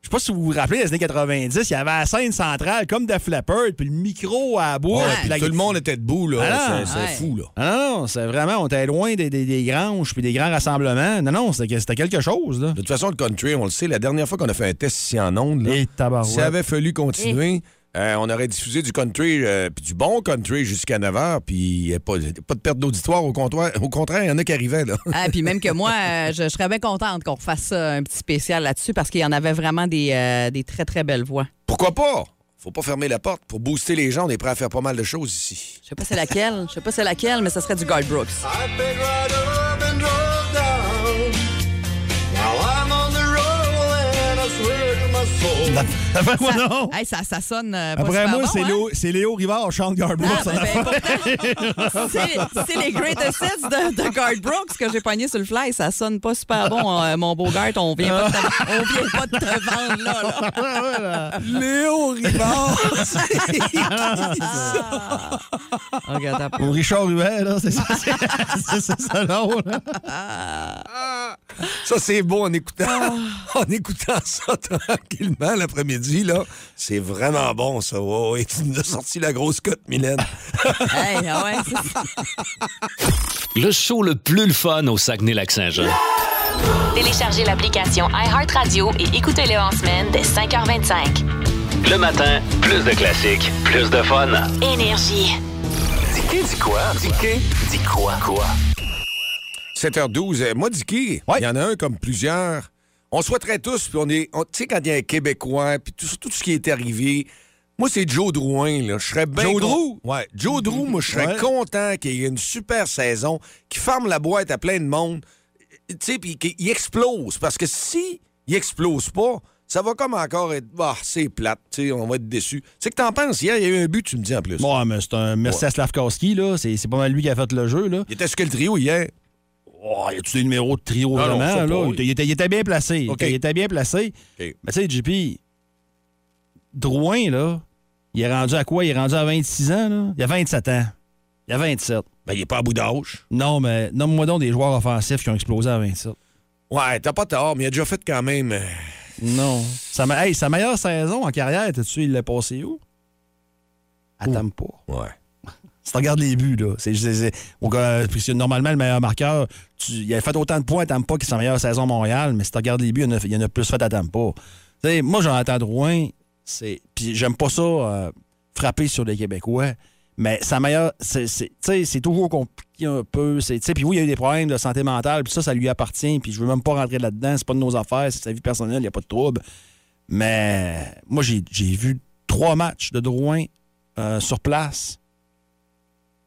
[SPEAKER 5] Je sais pas si vous vous rappelez, les années 90, il y avait la scène centrale comme de Leppard, puis le micro à la bouche.
[SPEAKER 3] Ouais,
[SPEAKER 5] puis
[SPEAKER 3] puis
[SPEAKER 5] la-
[SPEAKER 3] Tout le monde était debout, là.
[SPEAKER 5] Ah,
[SPEAKER 3] C'est c'est
[SPEAKER 6] ouais.
[SPEAKER 3] fou, là.
[SPEAKER 5] Ah non, non, c'est vraiment, on était loin des, des, des granges puis des grands rassemblements. Non, non, c'était c'était quelque chose, là.
[SPEAKER 3] De toute façon, le country, on le sait, la dernière fois qu'on a fait un test ici en ondes, là,
[SPEAKER 5] Et tabarouette.
[SPEAKER 3] s'il avait fallu continuer, euh, on aurait diffusé du country, euh, puis du bon country jusqu'à 9 h, puis il n'y a pas, pas de perte d'auditoire. Au, comptoir- au contraire, il y en a qui arrivaient, là.
[SPEAKER 6] Ah, puis même que moi, euh, je, je serais bien contente qu'on fasse ça, un petit spécial là-dessus parce qu'il y en avait vraiment des, euh, des très, très belles voix.
[SPEAKER 3] Pourquoi pas? Faut pas fermer la porte. Pour booster les gens, on est prêt à faire pas mal de choses ici.
[SPEAKER 6] Je sais pas c'est laquelle, je sais pas c'est laquelle, mais ça serait du Garth Brooks.
[SPEAKER 7] I picked right up and drove down. Now I'm on the road and I swear to my soul.
[SPEAKER 5] Après moi,
[SPEAKER 6] Ça-
[SPEAKER 5] Oh non.
[SPEAKER 6] Hey, ça, ça sonne euh, pas
[SPEAKER 5] Après
[SPEAKER 6] super
[SPEAKER 5] moi,
[SPEAKER 6] bon,
[SPEAKER 5] c'est
[SPEAKER 6] hein?
[SPEAKER 5] Léo, c'est Léo Rivard, chante Garth Brooks.
[SPEAKER 6] Ah,
[SPEAKER 5] en
[SPEAKER 6] ben,
[SPEAKER 5] affaire.
[SPEAKER 6] ben, pourtant, c'est- c'est les great assets de, de Garth Brooks que j'ai pogné sur le fly. Ça sonne pas super bon, euh, mon beau Garth. On vient pas de te, on vient pas de te vendre là. là.
[SPEAKER 5] Léo Rivard!
[SPEAKER 6] Ah, regarde, attends.
[SPEAKER 5] Ou Richard Huet, là, c'est ça. c'est- C'est c'est ça, non, là.
[SPEAKER 3] Ça, c'est beau en écoutant, en écoutant ça tranquillement l'après-midi, là. C'est vraiment bon, ça. Ouais, ouais. tu nous as sorti la grosse cote, Mylène.
[SPEAKER 6] Hey, ah ouais, c'est ça.
[SPEAKER 2] Le show le plus le fun au Saguenay-Lac-Saint-Jean.
[SPEAKER 1] Téléchargez l'application iHeartRadio et écoutez-le en semaine dès 5h25.
[SPEAKER 2] Le matin, plus de classiques, plus de fun.
[SPEAKER 1] Énergie.
[SPEAKER 2] Dis dis quoi? Dis dis quoi? Quoi?
[SPEAKER 3] 7h12. Euh, Moi, Dicky, il
[SPEAKER 5] Ouais.
[SPEAKER 3] y en a un comme plusieurs. On souhaiterait tous, puis on est. on- Tu sais, quand il y a un Québécois, puis tout, tout ce qui est arrivé. Moi, c'est Joe Drouin, là. Je serais bien.
[SPEAKER 5] Joe
[SPEAKER 3] con-
[SPEAKER 5] Drou?
[SPEAKER 3] Ouais. Joe Drou, moi, je serais
[SPEAKER 5] Ouais.
[SPEAKER 3] content qu'il y ait une super saison, qu'il ferme la boîte à plein de monde, tu sais, puis qu'il explose. Parce que si il explose pas, ça va comme encore être. Ah, c'est plate, tu sais, on va être déçu. Tu sais que t'en penses? Hier, il y a eu un but, tu me dis en plus.
[SPEAKER 5] Bon, mais c'est un merci à Slavkowski, là. C'est c'est pas mal lui qui a fait le jeu, là.
[SPEAKER 3] Il était sur quel trio hier?
[SPEAKER 5] Oh, y a-tu des numéros de trio
[SPEAKER 3] Ah, non,
[SPEAKER 5] vraiment,
[SPEAKER 3] ça
[SPEAKER 5] là?
[SPEAKER 3] pas, oui.
[SPEAKER 5] Il était- il était, il était bien placé. Il
[SPEAKER 3] OK.
[SPEAKER 5] était- Il était bien placé.
[SPEAKER 3] OK.
[SPEAKER 5] Mais tu sais, JP, Drouin, là, il est rendu à quoi? Il est rendu à 26 ans, là? Il a 27 ans. Il a 27.
[SPEAKER 3] Ben, il est pas à bout d'âge.
[SPEAKER 5] Non, mais nomme-moi donc des joueurs offensifs qui ont explosé à 27.
[SPEAKER 3] Ouais, t'as pas tort, mais il a déjà fait quand même. euh,
[SPEAKER 5] Non. Sa, me- hey, sa meilleure saison en carrière, t'as-tu, il l'a passé où? À Tampa.
[SPEAKER 3] Ouais.
[SPEAKER 5] Si tu regardes les buts, là, c'est, c'est- c'est- au gars- parce que normalement, le meilleur marqueur, tu- il a fait autant de points à Tampa que sa meilleure saison à Montréal, mais si tu regardes les buts, il y en a, il y en a plus fait à Tampa. Tu sais, moi, Jonathan Drouin, c'est. Puis j'aime pas ça, euh, frapper sur les Québécois, mais sa meilleure. C'est, c'est, tu sais, c'est toujours compliqué un peu. C'est, tu sais, puis oui, il y a eu des problèmes de santé mentale, puis ça, ça lui appartient, puis je veux même pas rentrer là-dedans, c'est pas de nos affaires, c'est sa vie personnelle, il n'y a pas de trouble. Mais moi, j'ai, j'ai vu trois matchs de Drouin euh, sur place.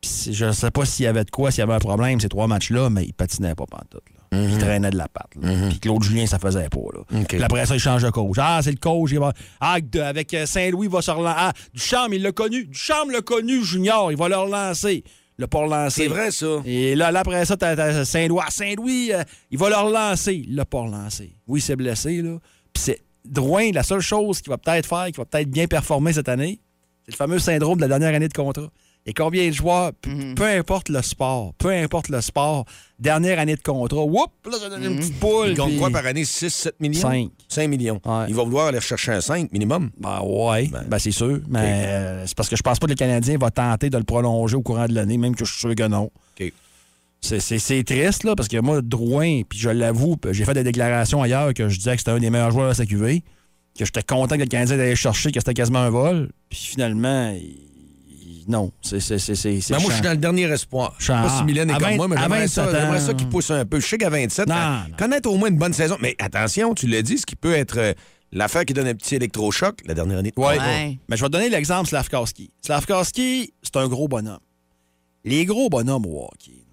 [SPEAKER 5] Puis c'est- je ne sais pas s'il y avait de quoi, s'il y avait un problème, ces trois matchs-là, mais il patinait pas pantoute. Là. Il traînait de la patte. là. Puis Claude Julien, ça faisait pas. Là.
[SPEAKER 3] Mhm. OK.
[SPEAKER 5] Puis après ça, il change de coach. Ah, c'est le coach. il va- Ah, de- avec euh, Saint-Louis, il va se relancer. Ah, Duchamp, il l'a connu. Duchamp l'a connu, Junior. Il va le relancer. Il l'a pas relancé.
[SPEAKER 3] C'est vrai, ça.
[SPEAKER 5] Et là, là, après ça, t'as t'as Saint-Louis. Ah, Saint-Louis, euh, il va le relancer. Il l'a pas relancé. Oui, il s'est blessé, là. Puis c'est Drouin, la seule chose qu'il va peut-être faire, qu'il va peut-être bien performer cette année, c'est le fameux syndrome de la dernière année de contrat. Et combien de joueurs, p- peu importe le sport, peu importe le sport, dernière année de contrat, whoop, là, ça donne une petite poule.
[SPEAKER 3] Il gagne
[SPEAKER 5] puis-
[SPEAKER 3] Mhm. quoi par année? 6, 7 millions?
[SPEAKER 5] Cinq.
[SPEAKER 3] 5 millions.
[SPEAKER 5] Ouais.
[SPEAKER 3] Il va vouloir aller chercher un 5 minimum.
[SPEAKER 5] Ben ouais, ben, c'est sûr. Mais euh, c'est parce que je pense pas que le Canadien va tenter de le prolonger au courant de l'année, même que je suis sûr que non.
[SPEAKER 3] OK.
[SPEAKER 5] C'est- C'est c'est triste, là, parce que moi, Drouin, puis je l'avoue, puis j'ai fait des déclarations ailleurs que je disais que c'était un des meilleurs joueurs de sa QV, que j'étais content que le Canadien allait le chercher, que c'était quasiment un vol. Puis finalement, il- il- non, c'est... c'est- c'est- c'est- c'est
[SPEAKER 3] Ben, moi, je suis
[SPEAKER 5] chiant.
[SPEAKER 3] dans le dernier espoir. Je sais
[SPEAKER 5] Chant.
[SPEAKER 3] pas si Mylène est
[SPEAKER 5] À
[SPEAKER 3] comme
[SPEAKER 5] 20
[SPEAKER 3] moi, mais
[SPEAKER 5] à
[SPEAKER 3] j'aimerais
[SPEAKER 5] 27
[SPEAKER 3] ça,
[SPEAKER 5] ans.
[SPEAKER 3] j'aimerais ça qu'il pousse un peu. Je sais qu'à 27,
[SPEAKER 5] Non,
[SPEAKER 3] hein,
[SPEAKER 5] non.
[SPEAKER 3] connaître au moins une bonne saison. Mais attention, tu l'as dit, ce qui peut être euh, l'affaire qui donne un petit électrochoc la dernière année.
[SPEAKER 5] Ouais.
[SPEAKER 6] Ouais.
[SPEAKER 5] Mais je vais te donner l'exemple Slavkowski. Slavkowski, c'est un gros bonhomme. Les gros bonhommes au hockey,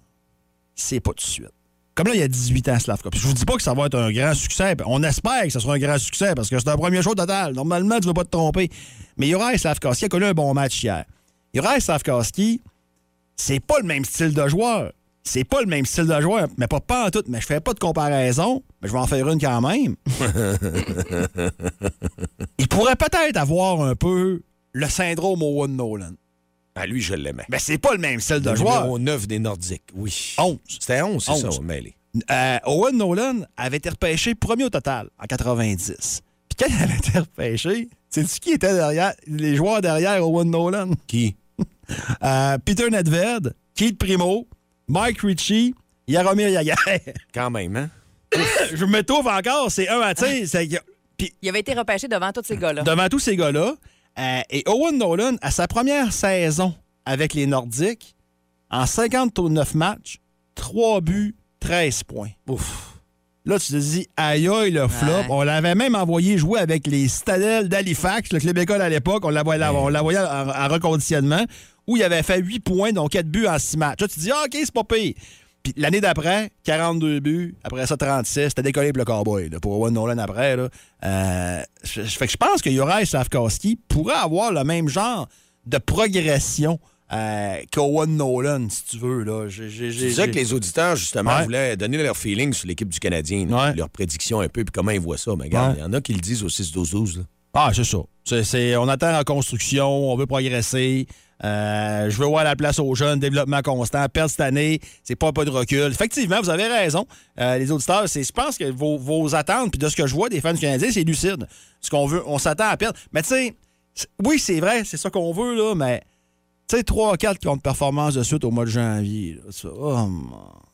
[SPEAKER 5] c'est pas tout de suite. Comme là, il y a 18 ans, Slavka. Puis je vous dis pas que ça va être un grand succès. Puis On espère que ce sera un grand succès parce que c'est un premier show total. Normalement, tu veux pas te tromper. Mais Yoraï Slavkovski a connu un bon match hier. Yoraï Slavkovski, c'est pas le même style de joueur. C'est pas le même style de joueur, mais pas, pas en tout. Mais je fais pas de comparaison, mais je vais en faire une quand même. Il pourrait peut-être avoir un peu le syndrome Owen Nolan.
[SPEAKER 3] Ah, lui, je l'aimais.
[SPEAKER 5] Mais c'est pas le même style de
[SPEAKER 3] Le
[SPEAKER 5] joueur.
[SPEAKER 3] numéro 9 des Nordiques, oui.
[SPEAKER 5] 11.
[SPEAKER 3] C'était 11, c'est ça,
[SPEAKER 5] Onze.
[SPEAKER 3] mêlé.
[SPEAKER 5] Euh, Owen Nolan avait été repêché premier au total en 90. Puis quand il avait été repêché, sais-tu qui était derrière, les joueurs derrière Owen Nolan?
[SPEAKER 3] Qui?
[SPEAKER 5] Euh, Peter Nedved, Keith Primo, Mike Ritchie, Yaromir Yaguer.
[SPEAKER 3] Quand même, hein?
[SPEAKER 5] Je m'étouffe encore, c'est un à tir. c'est que- Puis
[SPEAKER 4] Il avait été repêché devant tous ces gars-là.
[SPEAKER 5] devant tous ces gars-là, euh, et Owen Nolan, à sa première saison avec les Nordiques, en 59 matchs, 3 buts, 13 points.
[SPEAKER 3] Ouf.
[SPEAKER 5] Là, tu te dis, aïe aïe, le flop. On l'avait même envoyé jouer avec les Citadelles d'Halifax, le club école à l'époque. On l'envoyait on l'envoyait en, en reconditionnement, où il avait fait 8 points, donc 4 buts en 6 matchs. Là, tu te dis, ah, OK, c'est pas pire. Puis l'année d'après, 42 buts, après ça, 36. C'était décollé pour le Cowboy, là, pour Owen Nolan après. Là. Euh, je, je- fait que je pense que Juraj Slavkowski pourrait avoir le même genre de progression euh, qu'Owen Nolan, si tu veux. Là. J'ai- j'ai-
[SPEAKER 3] C'est
[SPEAKER 5] j'ai-
[SPEAKER 3] ça que les auditeurs, justement,
[SPEAKER 5] Ouais.
[SPEAKER 3] voulaient donner leur feeling sur l'équipe du Canadien, là,
[SPEAKER 5] Ouais.
[SPEAKER 3] puis leurs prédictions un peu, puis comment ils voient ça. Mais regarde,
[SPEAKER 5] Ouais.
[SPEAKER 3] il y en a qui le disent au 6-12-12. là.
[SPEAKER 5] Ah, c'est ça. C'est, c'est- on attend en construction, on veut progresser. euh, je veux voir la place aux jeunes, développement constant, perdre cette année, c'est pas un pas de recul. Effectivement, vous avez raison, euh, les auditeurs. C'est, je pense que vos, vos attentes, puis de ce que je vois des fans du Canadien, c'est lucide. Ce qu'on veut, on s'attend à perdre. Mais tu sais, c'est- oui, c'est vrai, c'est ça qu'on veut, là, mais tu sais, 3 4 contre performance de suite au mois de janvier. là, tu fais, oh mon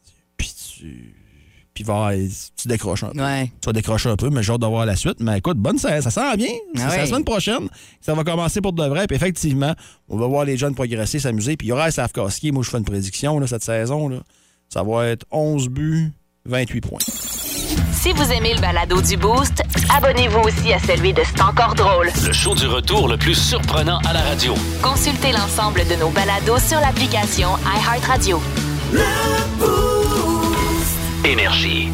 [SPEAKER 5] Dieu. Puis tu. Puis va, tu décroches un peu
[SPEAKER 4] Ouais.
[SPEAKER 5] tu vas décrocher un peu, mais j'ai hâte de voir la suite. Mais écoute, bonne saison. Ça sent bien. C'est
[SPEAKER 4] Ah ouais.
[SPEAKER 5] la semaine prochaine. Ça va commencer pour de vrai. Puis effectivement, on va voir les jeunes progresser, s'amuser. Puis il y aura Slavkowski. Moi, je fais une prédiction là, cette saison. là. Ça va être 11 buts, 28 points.
[SPEAKER 1] Si vous aimez le balado du Boost, abonnez-vous aussi à celui de C'est encore drôle.
[SPEAKER 2] Le show du retour le plus surprenant à la radio.
[SPEAKER 1] Consultez l'ensemble de nos balados sur l'application iHeartRadio.
[SPEAKER 2] Énergie.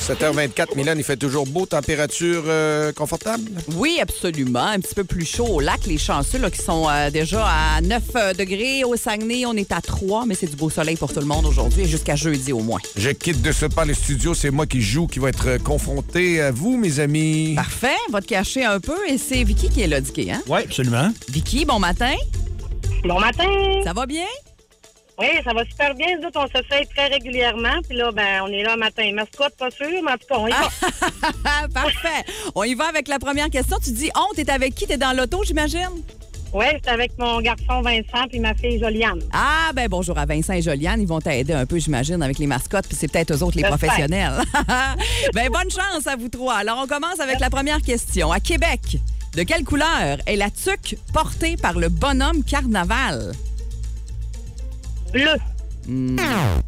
[SPEAKER 3] 7h24, Milan, il fait toujours beau, température euh, confortable?
[SPEAKER 4] Oui, absolument. Un petit peu plus chaud au lac. Les chanceux là, qui sont euh, déjà à 9 euh, degrés. Au Saguenay, on est à 3, mais c'est du beau soleil pour tout le monde aujourd'hui et jusqu'à jeudi au moins.
[SPEAKER 3] Je quitte de ce pas le studio, c'est moi qui joue, qui va être euh, confronté à vous, mes amis.
[SPEAKER 4] Parfait. On va te cacher un peu et c'est Vicky qui est là, Dicky. Hein?
[SPEAKER 5] Oui, absolument.
[SPEAKER 4] Vicky, bon matin.
[SPEAKER 8] Bon matin!
[SPEAKER 4] Ça va bien?
[SPEAKER 8] Oui, ça va super bien. Nous autres, on s'essaye très régulièrement. Puis là, ben, on est là matin. Mascotte, pas sûr, mais en tout cas, on y va.
[SPEAKER 4] Ah, parfait. On y va avec la première question. Tu dis on, t'es avec qui? T'es dans l'auto, j'imagine?
[SPEAKER 8] Oui, c'est avec mon garçon Vincent puis ma fille Joliane.
[SPEAKER 4] Ah, ben bonjour à Vincent et Joliane. Ils vont t'aider un peu, j'imagine, avec les mascottes, puis c'est peut-être eux autres les
[SPEAKER 8] J'espère.
[SPEAKER 4] professionnels. ben bonne chance à vous trois. Alors, on commence avec la première question. À Québec, de quelle couleur est la tuque portée par le bonhomme carnaval? Hmm,
[SPEAKER 8] Bleu.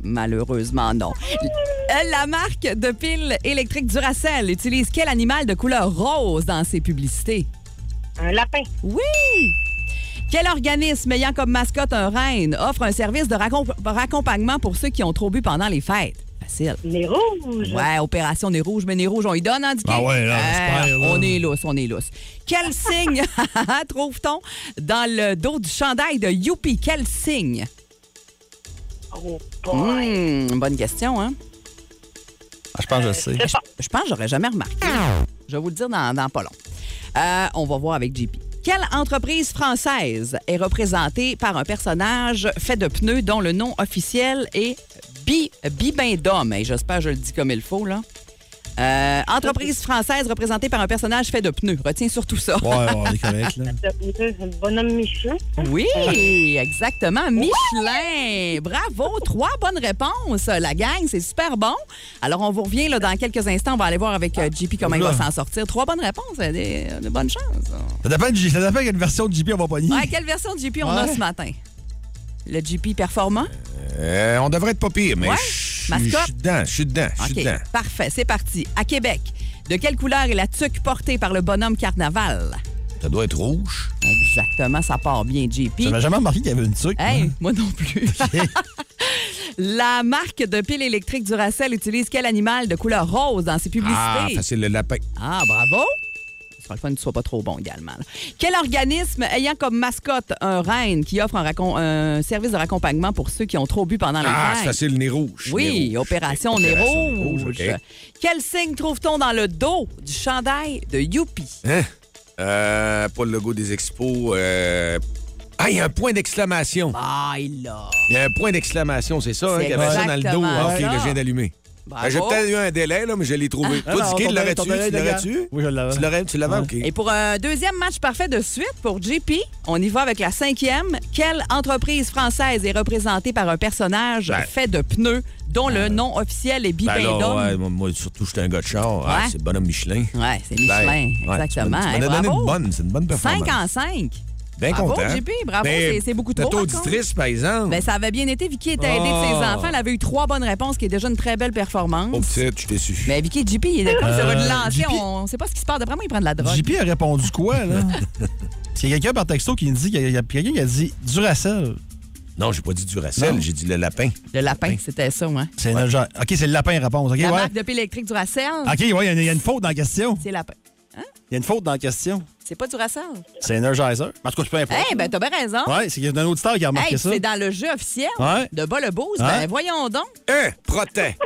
[SPEAKER 4] Malheureusement, non. L- La marque de piles électriques Duracell utilise quel animal de couleur rose dans ses publicités?
[SPEAKER 8] Un lapin.
[SPEAKER 4] Oui! Quel organisme ayant comme mascotte un renne offre un service de raccom- raccompagnement pour ceux qui ont trop bu pendant les fêtes? Facile.
[SPEAKER 8] Les rouges.
[SPEAKER 4] Ouais, opération Nez Rouge, mais Nez Rouge, on y donne, hein, Dicky?
[SPEAKER 5] Ah ouais, là,
[SPEAKER 4] Euh,
[SPEAKER 5] j'espère, là.
[SPEAKER 4] On est lousse, on est lousse. Quel signe trouve-t-on dans le dos du chandail de Youpi? Quel signe?
[SPEAKER 8] Oh, boy.
[SPEAKER 4] Hmm, bonne question, hein?
[SPEAKER 5] Ah, je pense que je sais.
[SPEAKER 8] C'est pas.
[SPEAKER 4] Je pense que j'aurais jamais remarqué. Je vais vous le dire dans, dans pas long. Euh, on va voir avec JP. Quelle entreprise française est représentée par un personnage fait de pneus dont le nom officiel est Bi, Bibendum? Et j'espère que je le dis comme il faut, là. Euh, entreprise française représentée par un personnage fait de pneus. Retiens surtout ça.
[SPEAKER 5] Ouais, ouais, on est correct. Là.
[SPEAKER 8] Le euh, bonhomme Michelin.
[SPEAKER 4] Oui, exactement. Michelin. Bravo. Trois bonnes réponses, la gang. C'est super bon. Alors, on vous revient là, dans quelques instants. On va aller voir avec euh, JP comment il va
[SPEAKER 5] Oula.
[SPEAKER 4] s'en sortir. Trois bonnes réponses. euh, Des, de bonnes chances.
[SPEAKER 5] Ça dépend, du- ça dépend quelle version de JP on va pogner.
[SPEAKER 4] Ouais, quelle version de JP on a
[SPEAKER 5] Ouais.
[SPEAKER 4] ce matin? Le JP performant?
[SPEAKER 3] Euh, on devrait être pas pire, mais
[SPEAKER 4] Ouais,
[SPEAKER 3] je je
[SPEAKER 4] mascotte.
[SPEAKER 3] suis dedans, je suis dedans, je suis
[SPEAKER 4] OK.
[SPEAKER 3] dedans.
[SPEAKER 4] Parfait. C'est parti. À Québec, de quelle couleur est la tuque portée par le bonhomme carnaval?
[SPEAKER 3] Ça doit être rouge.
[SPEAKER 4] Exactement, ça part bien, JP.
[SPEAKER 5] J'avais jamais remarqué qu'il y avait une tuque.
[SPEAKER 4] Hey, moi non plus. La marque de piles électriques Duracell utilise quel animal de couleur rose dans ses
[SPEAKER 3] Ah,
[SPEAKER 4] publicités?
[SPEAKER 3] facile, le lapin.
[SPEAKER 4] Ah, bravo! Ce sera le fun que tu sois pas trop bon également. là. Quel organisme ayant comme mascotte un renne qui offre un, racon- un service de raccompagnement pour ceux qui ont trop bu pendant la
[SPEAKER 3] Ah, c'est facile, le nez rouge.
[SPEAKER 4] Oui,
[SPEAKER 3] Nez rouge.
[SPEAKER 4] opération Nez
[SPEAKER 3] Opération Nez
[SPEAKER 4] Rouge.
[SPEAKER 3] Rouge, ok.
[SPEAKER 4] Quel signe trouve-t-on dans le dos du chandail de Youpi?
[SPEAKER 3] Hein? Euh, pas le logo des expos. euh, Ah, il y a un point d'exclamation.
[SPEAKER 4] Ah, il l'a.
[SPEAKER 3] Il y a un point d'exclamation, c'est ça, hein,
[SPEAKER 4] C'est
[SPEAKER 3] qu'il y avait ça dans le dos.
[SPEAKER 4] exactement
[SPEAKER 3] Ah, OK,
[SPEAKER 4] ça.
[SPEAKER 3] là, je viens d'allumer.
[SPEAKER 4] Bravo.
[SPEAKER 3] Ben, J'ai peut-être eu un délai, là, mais je l'ai trouvé.
[SPEAKER 5] Ah,
[SPEAKER 3] Toi,
[SPEAKER 5] non,
[SPEAKER 3] Dicky,
[SPEAKER 5] ton
[SPEAKER 3] tu l'aurais-tu? Tu
[SPEAKER 5] oreille- ton oreille de
[SPEAKER 3] l'aurais-tu?
[SPEAKER 5] gars. Oui, je l'avais.
[SPEAKER 3] Tu l'aurais, tu l'avais?
[SPEAKER 5] Ouais.
[SPEAKER 3] OK.
[SPEAKER 4] Ah. Et pour un deuxième match parfait de suite pour JP, on y va avec la cinquième. Quelle entreprise française est représentée par un personnage
[SPEAKER 3] Ben.
[SPEAKER 4] fait de pneus dont le nom officiel est
[SPEAKER 3] Ben
[SPEAKER 4] Bipendum?
[SPEAKER 3] alors, ouais, moi, moi, surtout, j'étais un gars de char. Ah,
[SPEAKER 4] Ouais.
[SPEAKER 3] c'est le bonhomme Michelin.
[SPEAKER 4] Ouais, c'est
[SPEAKER 3] Ben,
[SPEAKER 4] Michelin,
[SPEAKER 3] ouais, tu m'as-
[SPEAKER 4] exactement.
[SPEAKER 3] Tu
[SPEAKER 4] Hey,
[SPEAKER 3] m'en as donné
[SPEAKER 4] bravo.
[SPEAKER 3] une bonne, c'est une bonne performance.
[SPEAKER 4] 5 en 5.
[SPEAKER 3] Bien
[SPEAKER 4] bravo,
[SPEAKER 3] content.
[SPEAKER 4] JP, bravo,
[SPEAKER 3] Mais
[SPEAKER 4] c'est- c'est beaucoup
[SPEAKER 3] t'as
[SPEAKER 4] trop,
[SPEAKER 3] ton
[SPEAKER 4] par contre.
[SPEAKER 3] auditrice, par exemple.
[SPEAKER 4] Ben, ça avait bien été. Vicky était aidée de
[SPEAKER 3] Oh.
[SPEAKER 4] ses enfants. Elle avait eu trois bonnes réponses, qui est déjà une très belle performance.
[SPEAKER 3] Oh, petite, je t'ai su.
[SPEAKER 4] Mais Vicky et JP, il est comme
[SPEAKER 3] Euh,
[SPEAKER 4] sur une lancée.
[SPEAKER 5] JP?
[SPEAKER 4] On ne sait pas ce qui se passe. D'après moi, il prend de la drogue.
[SPEAKER 5] JP a répondu quoi, là? Parce qu'il y a quelqu'un par texto qui nous dit qu'il y a quelqu'un qui a dit Duracell.
[SPEAKER 3] Non, j'ai pas dit du racel,
[SPEAKER 5] Non.
[SPEAKER 3] j'ai dit le lapin.
[SPEAKER 4] Le lapin, c'était ça, ouais.
[SPEAKER 5] C'est le genre. OK, c'est le lapin réponse. OK,
[SPEAKER 4] La
[SPEAKER 5] ouais.
[SPEAKER 4] marque de pile électrique Duracell,
[SPEAKER 3] Ah.
[SPEAKER 5] OK, ouais, il y a une- il y, a une faute dans la question.
[SPEAKER 4] c'est lapin.
[SPEAKER 5] Il y a une faute dans la question.
[SPEAKER 4] C'est pas Duracell?
[SPEAKER 5] C'est Energizer. En tout cas, je peux
[SPEAKER 4] Eh
[SPEAKER 5] importe.
[SPEAKER 4] ben, t'as bien raison.
[SPEAKER 5] Ouais, c'est qu'il y a un auditeur qui
[SPEAKER 4] Hey,
[SPEAKER 5] a remarqué
[SPEAKER 4] puis
[SPEAKER 5] ça.
[SPEAKER 4] c'est dans le jeu officiel
[SPEAKER 5] Ouais.
[SPEAKER 4] de bas le boost.
[SPEAKER 5] Hein?
[SPEAKER 4] Ben, voyons donc.
[SPEAKER 3] Hein, protège.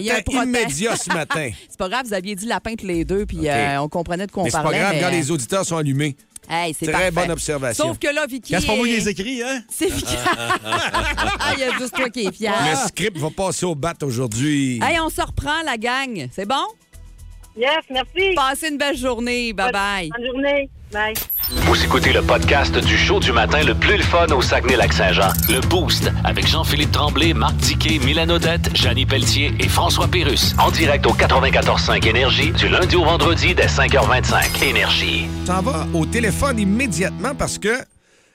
[SPEAKER 4] Il y a un
[SPEAKER 3] Protège
[SPEAKER 4] protège.
[SPEAKER 3] immédiat ce matin.
[SPEAKER 4] C'est pas grave, vous aviez dit lapin tous les deux, puis euh, on comprenait de quoi on
[SPEAKER 3] Mais c'est pas
[SPEAKER 4] parlait.
[SPEAKER 3] grave,
[SPEAKER 4] mais,
[SPEAKER 3] regarde,
[SPEAKER 4] euh,
[SPEAKER 3] les auditeurs sont allumés.
[SPEAKER 4] hey, c'est
[SPEAKER 3] Très
[SPEAKER 4] parfait.
[SPEAKER 3] bonne observation.
[SPEAKER 4] Sauf que là, Vicky.
[SPEAKER 5] Quand c'est pas moi qui
[SPEAKER 4] est-
[SPEAKER 5] les écris, hein?
[SPEAKER 4] C'est Vicky. Ah, Il y a juste toi qui es fier.
[SPEAKER 3] Le script va passer au bat aujourd'hui.
[SPEAKER 4] Hey, on se reprend, la gang. C'est bon?
[SPEAKER 8] Yes, merci.
[SPEAKER 4] Passez une belle journée. Bye-bye.
[SPEAKER 8] Bonne journée. Bye.
[SPEAKER 2] Vous écoutez le podcast du show du matin le plus le fun au Saguenay-Lac-Saint-Jean. Le Boost avec Jean-Philippe Tremblay, Marc Diquet, Milan Odette, Janine Pelletier et François Pérus. En direct au 94.5 Énergie du lundi au vendredi dès 5h25. Énergie.
[SPEAKER 3] T'en vas au téléphone immédiatement parce que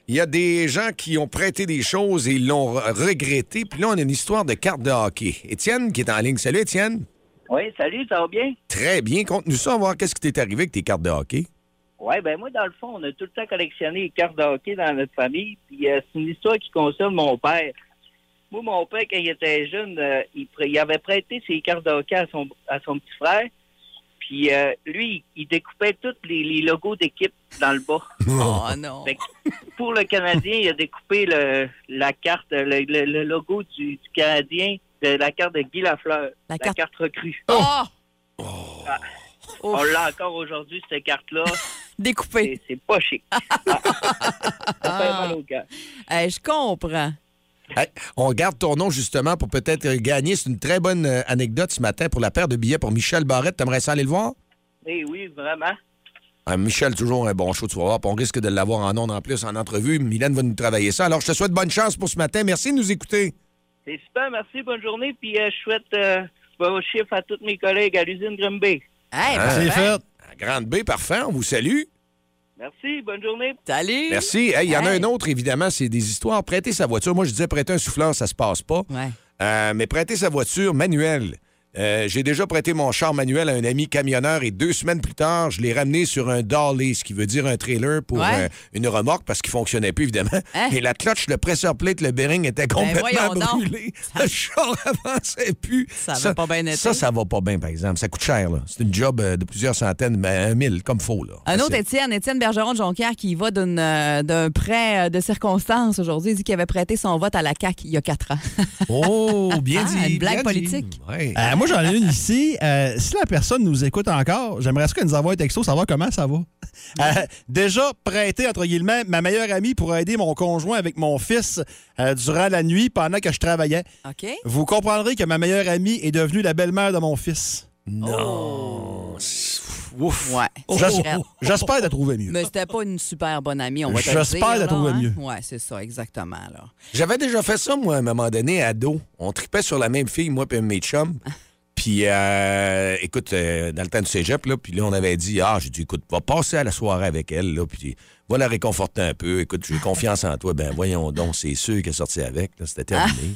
[SPEAKER 3] il y a des gens qui ont prêté des choses et ils l'ont re- regretté. Puis là, on a une histoire de carte de hockey. Étienne qui est en ligne. Salut, Étienne.
[SPEAKER 9] Oui, salut, ça va bien?
[SPEAKER 3] Très bien. Conte-nous ça. On va voir qu'est-ce qui t'est arrivé avec tes cartes de hockey.
[SPEAKER 9] Oui, ben moi, dans le fond, on a tout le temps collectionné les cartes de hockey dans notre famille. Puis euh, c'est une histoire qui concerne mon père. Moi, mon père, quand il était jeune, euh, il, pr- il avait prêté ses cartes de hockey à son, à son petit frère. Puis euh, lui, il découpait tous les, les logos d'équipe dans le bas.
[SPEAKER 4] Oh non.
[SPEAKER 9] Fait que pour le Canadien, il a découpé le, la carte, le, le- le logo du, du Canadien, de la carte de Guy Lafleur,
[SPEAKER 4] La
[SPEAKER 9] la,
[SPEAKER 4] carte-
[SPEAKER 9] carte... recrue.
[SPEAKER 4] Oh!
[SPEAKER 9] On l'a encore aujourd'hui, cette carte-là.
[SPEAKER 4] Découpé.
[SPEAKER 9] C'est- C'est pas chic. Ah. Ça fait
[SPEAKER 4] Ah.
[SPEAKER 9] mal au cœur.
[SPEAKER 4] Hey, je comprends.
[SPEAKER 3] Hey, on garde ton nom justement pour peut-être euh, gagner. C'est une très bonne euh, anecdote ce matin pour la paire de billets pour Michel Barrette. T'aimerais ça aller le voir?
[SPEAKER 9] Eh oui, vraiment.
[SPEAKER 3] Ah, Michel, toujours un bon show, tu vas voir. Puis On risque de l'avoir en ondes en plus, en entrevue. Mylène va nous travailler ça. Alors, je te souhaite bonne chance pour ce matin. Merci de nous écouter.
[SPEAKER 9] C'est super, merci, bonne journée. Puis euh, je souhaite euh, bon chiffre à tous mes collègues à l'usine Green Bay.
[SPEAKER 4] Hey,
[SPEAKER 3] Ah.
[SPEAKER 5] C'est
[SPEAKER 4] parfait.
[SPEAKER 5] fait.
[SPEAKER 3] À Grande B, parfait. On vous salue.
[SPEAKER 9] Merci, bonne journée.
[SPEAKER 4] Salut.
[SPEAKER 3] Merci. Hey, Il y en a
[SPEAKER 4] Hey.
[SPEAKER 3] un autre, évidemment, c'est des histoires. Prêter sa voiture. Moi, je disais prêter un souffleur, ça se passe pas.
[SPEAKER 4] Ouais.
[SPEAKER 3] Euh, mais prêter sa voiture manuelle. Euh, J'ai déjà prêté mon char manuel à un ami camionneur et deux semaines plus tard, je l'ai ramené sur un dolly, ce qui veut dire un trailer pour
[SPEAKER 4] Ouais.
[SPEAKER 3] euh, une remorque parce qu'il fonctionnait plus, évidemment.
[SPEAKER 4] Hein? Ben,
[SPEAKER 3] Et la clutch, le pressure plate, le bearing était complètement
[SPEAKER 4] voyons donc.
[SPEAKER 3] brûlé. Le char avançait plus.
[SPEAKER 4] Ça avait pas bien été.
[SPEAKER 3] Ça, ça va pas bien, par exemple. Ça coûte cher. là. C'est une job euh, de plusieurs centaines, mais un mille, comme faux. Là.
[SPEAKER 4] Un autre
[SPEAKER 3] C'est-
[SPEAKER 4] Étienne, Étienne Bergeron de Jonquière, qui va d'une, euh, d'un prêt euh, de circonstance aujourd'hui, Il dit qu'il avait prêté son vote à la CAQ il y a quatre ans.
[SPEAKER 3] Oh, bien
[SPEAKER 4] Ah,
[SPEAKER 3] dit.
[SPEAKER 4] une blague
[SPEAKER 3] bien dit.
[SPEAKER 4] politique.
[SPEAKER 3] Hmm, Ouais.
[SPEAKER 5] Euh, moi, j'en ai une ici. Euh, si la personne nous écoute encore, j'aimerais ça qu'elle nous envoie un texto, savoir comment ça va. Euh, déjà, prêté, entre guillemets, ma meilleure amie pour aider mon conjoint avec mon fils euh, durant la nuit pendant que je travaillais.
[SPEAKER 4] OK?
[SPEAKER 5] Vous comprendrez que ma meilleure amie est devenue la belle-mère de mon fils.
[SPEAKER 3] Non. Oh. Ouf.
[SPEAKER 4] Ouais.
[SPEAKER 5] J'es-
[SPEAKER 4] C'est vrai.
[SPEAKER 5] J'espère de trouver mieux.
[SPEAKER 4] Oh. Mais c'était pas une super bonne amie, on va te le dire.
[SPEAKER 5] J'espère la
[SPEAKER 4] là,
[SPEAKER 5] trouver
[SPEAKER 4] hein?
[SPEAKER 5] mieux.
[SPEAKER 4] Ouais, c'est ça, exactement. Là.
[SPEAKER 3] J'avais déjà fait ça, moi, à un moment donné, ado. On tripait sur la même fille, moi puis mes chums. Puis, euh, écoute, euh, dans le temps du cégep, là, puis là, on avait dit, ah, j'ai dit, écoute, va passer à la soirée avec elle, là, puis va la réconforter un peu. Écoute, j'ai confiance en toi. Ben, voyons donc, c'est sûr qu'elle est sortie avec, là, c'était terminé.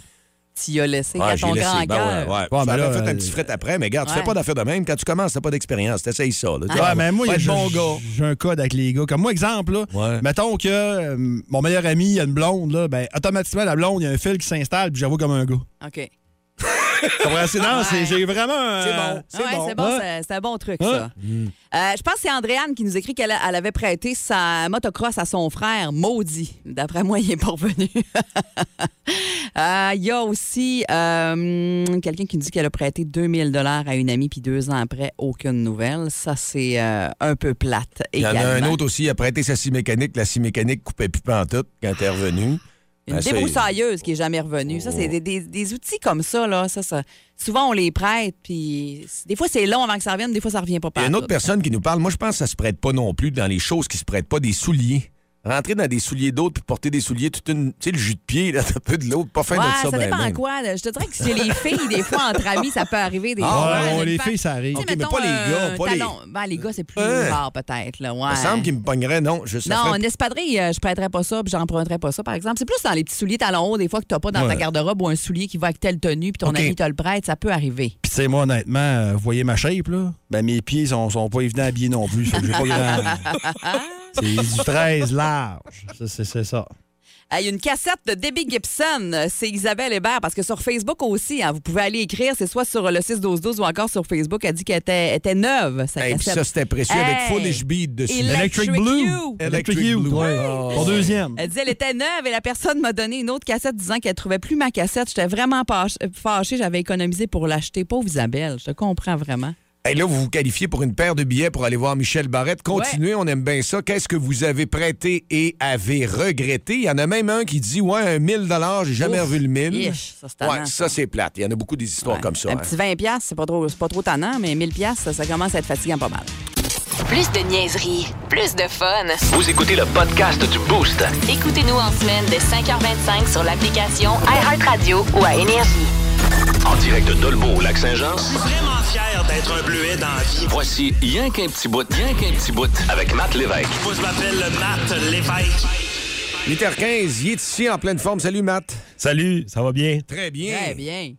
[SPEAKER 4] tu y as laissé
[SPEAKER 3] Ouais,
[SPEAKER 4] à
[SPEAKER 3] j'ai
[SPEAKER 4] Ah, ton
[SPEAKER 3] laissé. Ben
[SPEAKER 4] grand
[SPEAKER 3] ouais,
[SPEAKER 4] cœur.
[SPEAKER 3] ouais.
[SPEAKER 10] Ouais,
[SPEAKER 3] J'aurais
[SPEAKER 10] mais là,
[SPEAKER 3] fait un
[SPEAKER 10] euh,
[SPEAKER 3] petit fret après, mais regarde, tu
[SPEAKER 4] Ouais.
[SPEAKER 3] fais pas d'affaires de même. Quand tu commences, t'as pas d'expérience. T'essayes ça. là. Tu dis,
[SPEAKER 10] Ouais, mais moi,
[SPEAKER 3] faut être
[SPEAKER 10] j'ai-
[SPEAKER 3] bon gars.
[SPEAKER 10] j'ai un code avec les gars. Comme moi, exemple, là,
[SPEAKER 3] Ouais.
[SPEAKER 10] mettons que euh, mon meilleur ami, il a une blonde, là, ben, automatiquement, la blonde, il y a un fil qui s'installe, puis j'avoue comme un gars.
[SPEAKER 4] OK.
[SPEAKER 10] Tu comprends? C'est- non, c'est- j'ai vraiment. euh,
[SPEAKER 4] Ah Ouais, C'est bon,
[SPEAKER 10] Ouais.
[SPEAKER 4] c'est- c'est un bon truc,
[SPEAKER 10] Ouais.
[SPEAKER 4] ça.
[SPEAKER 3] Mm.
[SPEAKER 4] Euh, je pense que c'est Andréane qui nous écrit qu'elle a- elle avait prêté sa motocross à son frère, maudit. D'après moi, il est pas revenu. Euh, Il y a aussi euh, hum, quelqu'un qui nous dit qu'elle a prêté 2000 dollars à une amie, puis deux ans après, aucune nouvelle. Ça, c'est euh, un peu plate.
[SPEAKER 3] Il y en a un
[SPEAKER 4] également.
[SPEAKER 3] autre aussi, il a prêté sa scie mécanique. La scie mécanique coupait plus en tout quand t'es revenu.
[SPEAKER 4] Une
[SPEAKER 3] Ben, Oh. ça,
[SPEAKER 4] débroussailleuse qui est jamais revenue. Ça, c'est des, des- des outils comme ça, là. Ça, ça- Souvent, on les prête, puis des fois, c'est long avant que ça revienne, des fois, ça revient pas
[SPEAKER 3] Il y
[SPEAKER 4] par
[SPEAKER 3] a une autre personne qui nous parle. Moi, je pense que ça se prête pas non plus dans les choses qui se prêtent pas, des souliers. Rentrer dans des souliers d'autres puis porter des souliers toute une. Tu sais, le jus de pied, là, t'as un peu de l'autre. Pas fin
[SPEAKER 4] Ouais,
[SPEAKER 3] de ça,
[SPEAKER 4] ça
[SPEAKER 3] ben,
[SPEAKER 4] dépend
[SPEAKER 3] ben.
[SPEAKER 4] quoi. là. Je te dirais que chez les filles, des fois, entre amis, ça peut arriver. Des
[SPEAKER 3] Ah,
[SPEAKER 10] ouais,
[SPEAKER 4] Ouais,
[SPEAKER 10] on
[SPEAKER 4] une
[SPEAKER 10] les
[SPEAKER 4] paire-
[SPEAKER 10] filles, ça arrive.
[SPEAKER 4] Tu sais,
[SPEAKER 3] Ok, mais pas les
[SPEAKER 4] mettons,
[SPEAKER 3] gars,
[SPEAKER 4] un
[SPEAKER 3] pas les-
[SPEAKER 4] talon. Ben, les gars, c'est plus
[SPEAKER 3] Hein?
[SPEAKER 4] rare, peut-être. Là.
[SPEAKER 3] Il
[SPEAKER 4] Ouais.
[SPEAKER 3] me semble qu'il me pognerait, non. Je, ça
[SPEAKER 4] Non,
[SPEAKER 3] ferait-
[SPEAKER 4] en espadrille, euh, je prêterais pas ça, puis j'emprunterais pas ça, par exemple. C'est plus dans les petits souliers talons hauts, des fois, que t'as pas dans ta garde-robe ou un soulier qui va avec telle tenue, puis ton
[SPEAKER 3] Ok.
[SPEAKER 4] ami te le prête, ça peut arriver.
[SPEAKER 10] Puis, tu sais, moi, honnêtement, euh, vous voyez ma shape, là? Ben, mes pieds sont, sont pas évidents à habiller non plus. Fait que j'ai pas grand. c'est du 13 large. Ça, c'est- c'est ça.
[SPEAKER 4] Ah, Il y a une cassette de Debbie Gibson. Euh, C'est Isabelle Hébert, parce que sur Facebook aussi, hein, vous pouvez aller écrire. C'est soit sur le 6-12-12 ou encore sur Facebook. Elle dit qu'elle était, était neuve, sa
[SPEAKER 3] Hey, puis
[SPEAKER 4] cassette.
[SPEAKER 3] ça, c'était précieux
[SPEAKER 4] Hey!
[SPEAKER 3] avec Foolish Beat dessus.
[SPEAKER 4] Electric
[SPEAKER 10] Blue.
[SPEAKER 4] You.
[SPEAKER 10] Electric Youth.
[SPEAKER 3] Blue.
[SPEAKER 10] Ouais.
[SPEAKER 3] Oh.
[SPEAKER 10] Ton deuxième.
[SPEAKER 4] Elle dit elle était neuve et la personne m'a donné une autre cassette disant qu'elle trouvait plus ma cassette. J'étais vraiment pâche- fâchée, j'avais économisé pour l'acheter. Pauvre Isabelle, je te comprends vraiment.
[SPEAKER 3] Hey, là, vous vous qualifiez pour une paire de billets pour aller voir Michel Barrette. Continuez, on aime bien ça. Qu'est-ce que vous avez prêté et avez regretté? Il y en a même un qui dit, ouais, un 1000 j'ai jamais
[SPEAKER 4] Ouf,
[SPEAKER 3] revu le 1000.
[SPEAKER 4] ish, ça, c'est tannant,
[SPEAKER 3] ouais, ça, c'est plate. Il y en a beaucoup des histoires
[SPEAKER 4] Ouais.
[SPEAKER 3] comme ça.
[SPEAKER 4] Un
[SPEAKER 3] hein.
[SPEAKER 4] petit 20$, piastres, c'est pas trop, c'est pas trop tannant, mais 1000$, piastres, ça, ça commence à être fatigant pas mal.
[SPEAKER 1] Plus de niaiserie, plus de fun.
[SPEAKER 2] Vous écoutez le podcast du Boost.
[SPEAKER 1] Écoutez-nous en semaine de 5h25 sur l'application iHeartRadio ou à Énergie.
[SPEAKER 2] En direct de Dolbeau, au Lac-Saint-Jean.
[SPEAKER 11] Vraiment fier d'être un bleuet dans la vie.
[SPEAKER 2] Voici Y'en qu'un petit bout, Y'en qu'un petit bout avec Matt Lévesque.
[SPEAKER 11] Moi, je m'appelle le Matt Lévesque.
[SPEAKER 3] 8h15, il est ici en pleine forme. Salut, Matt.
[SPEAKER 5] Salut, ça va bien?
[SPEAKER 3] Très bien.
[SPEAKER 4] Très bien.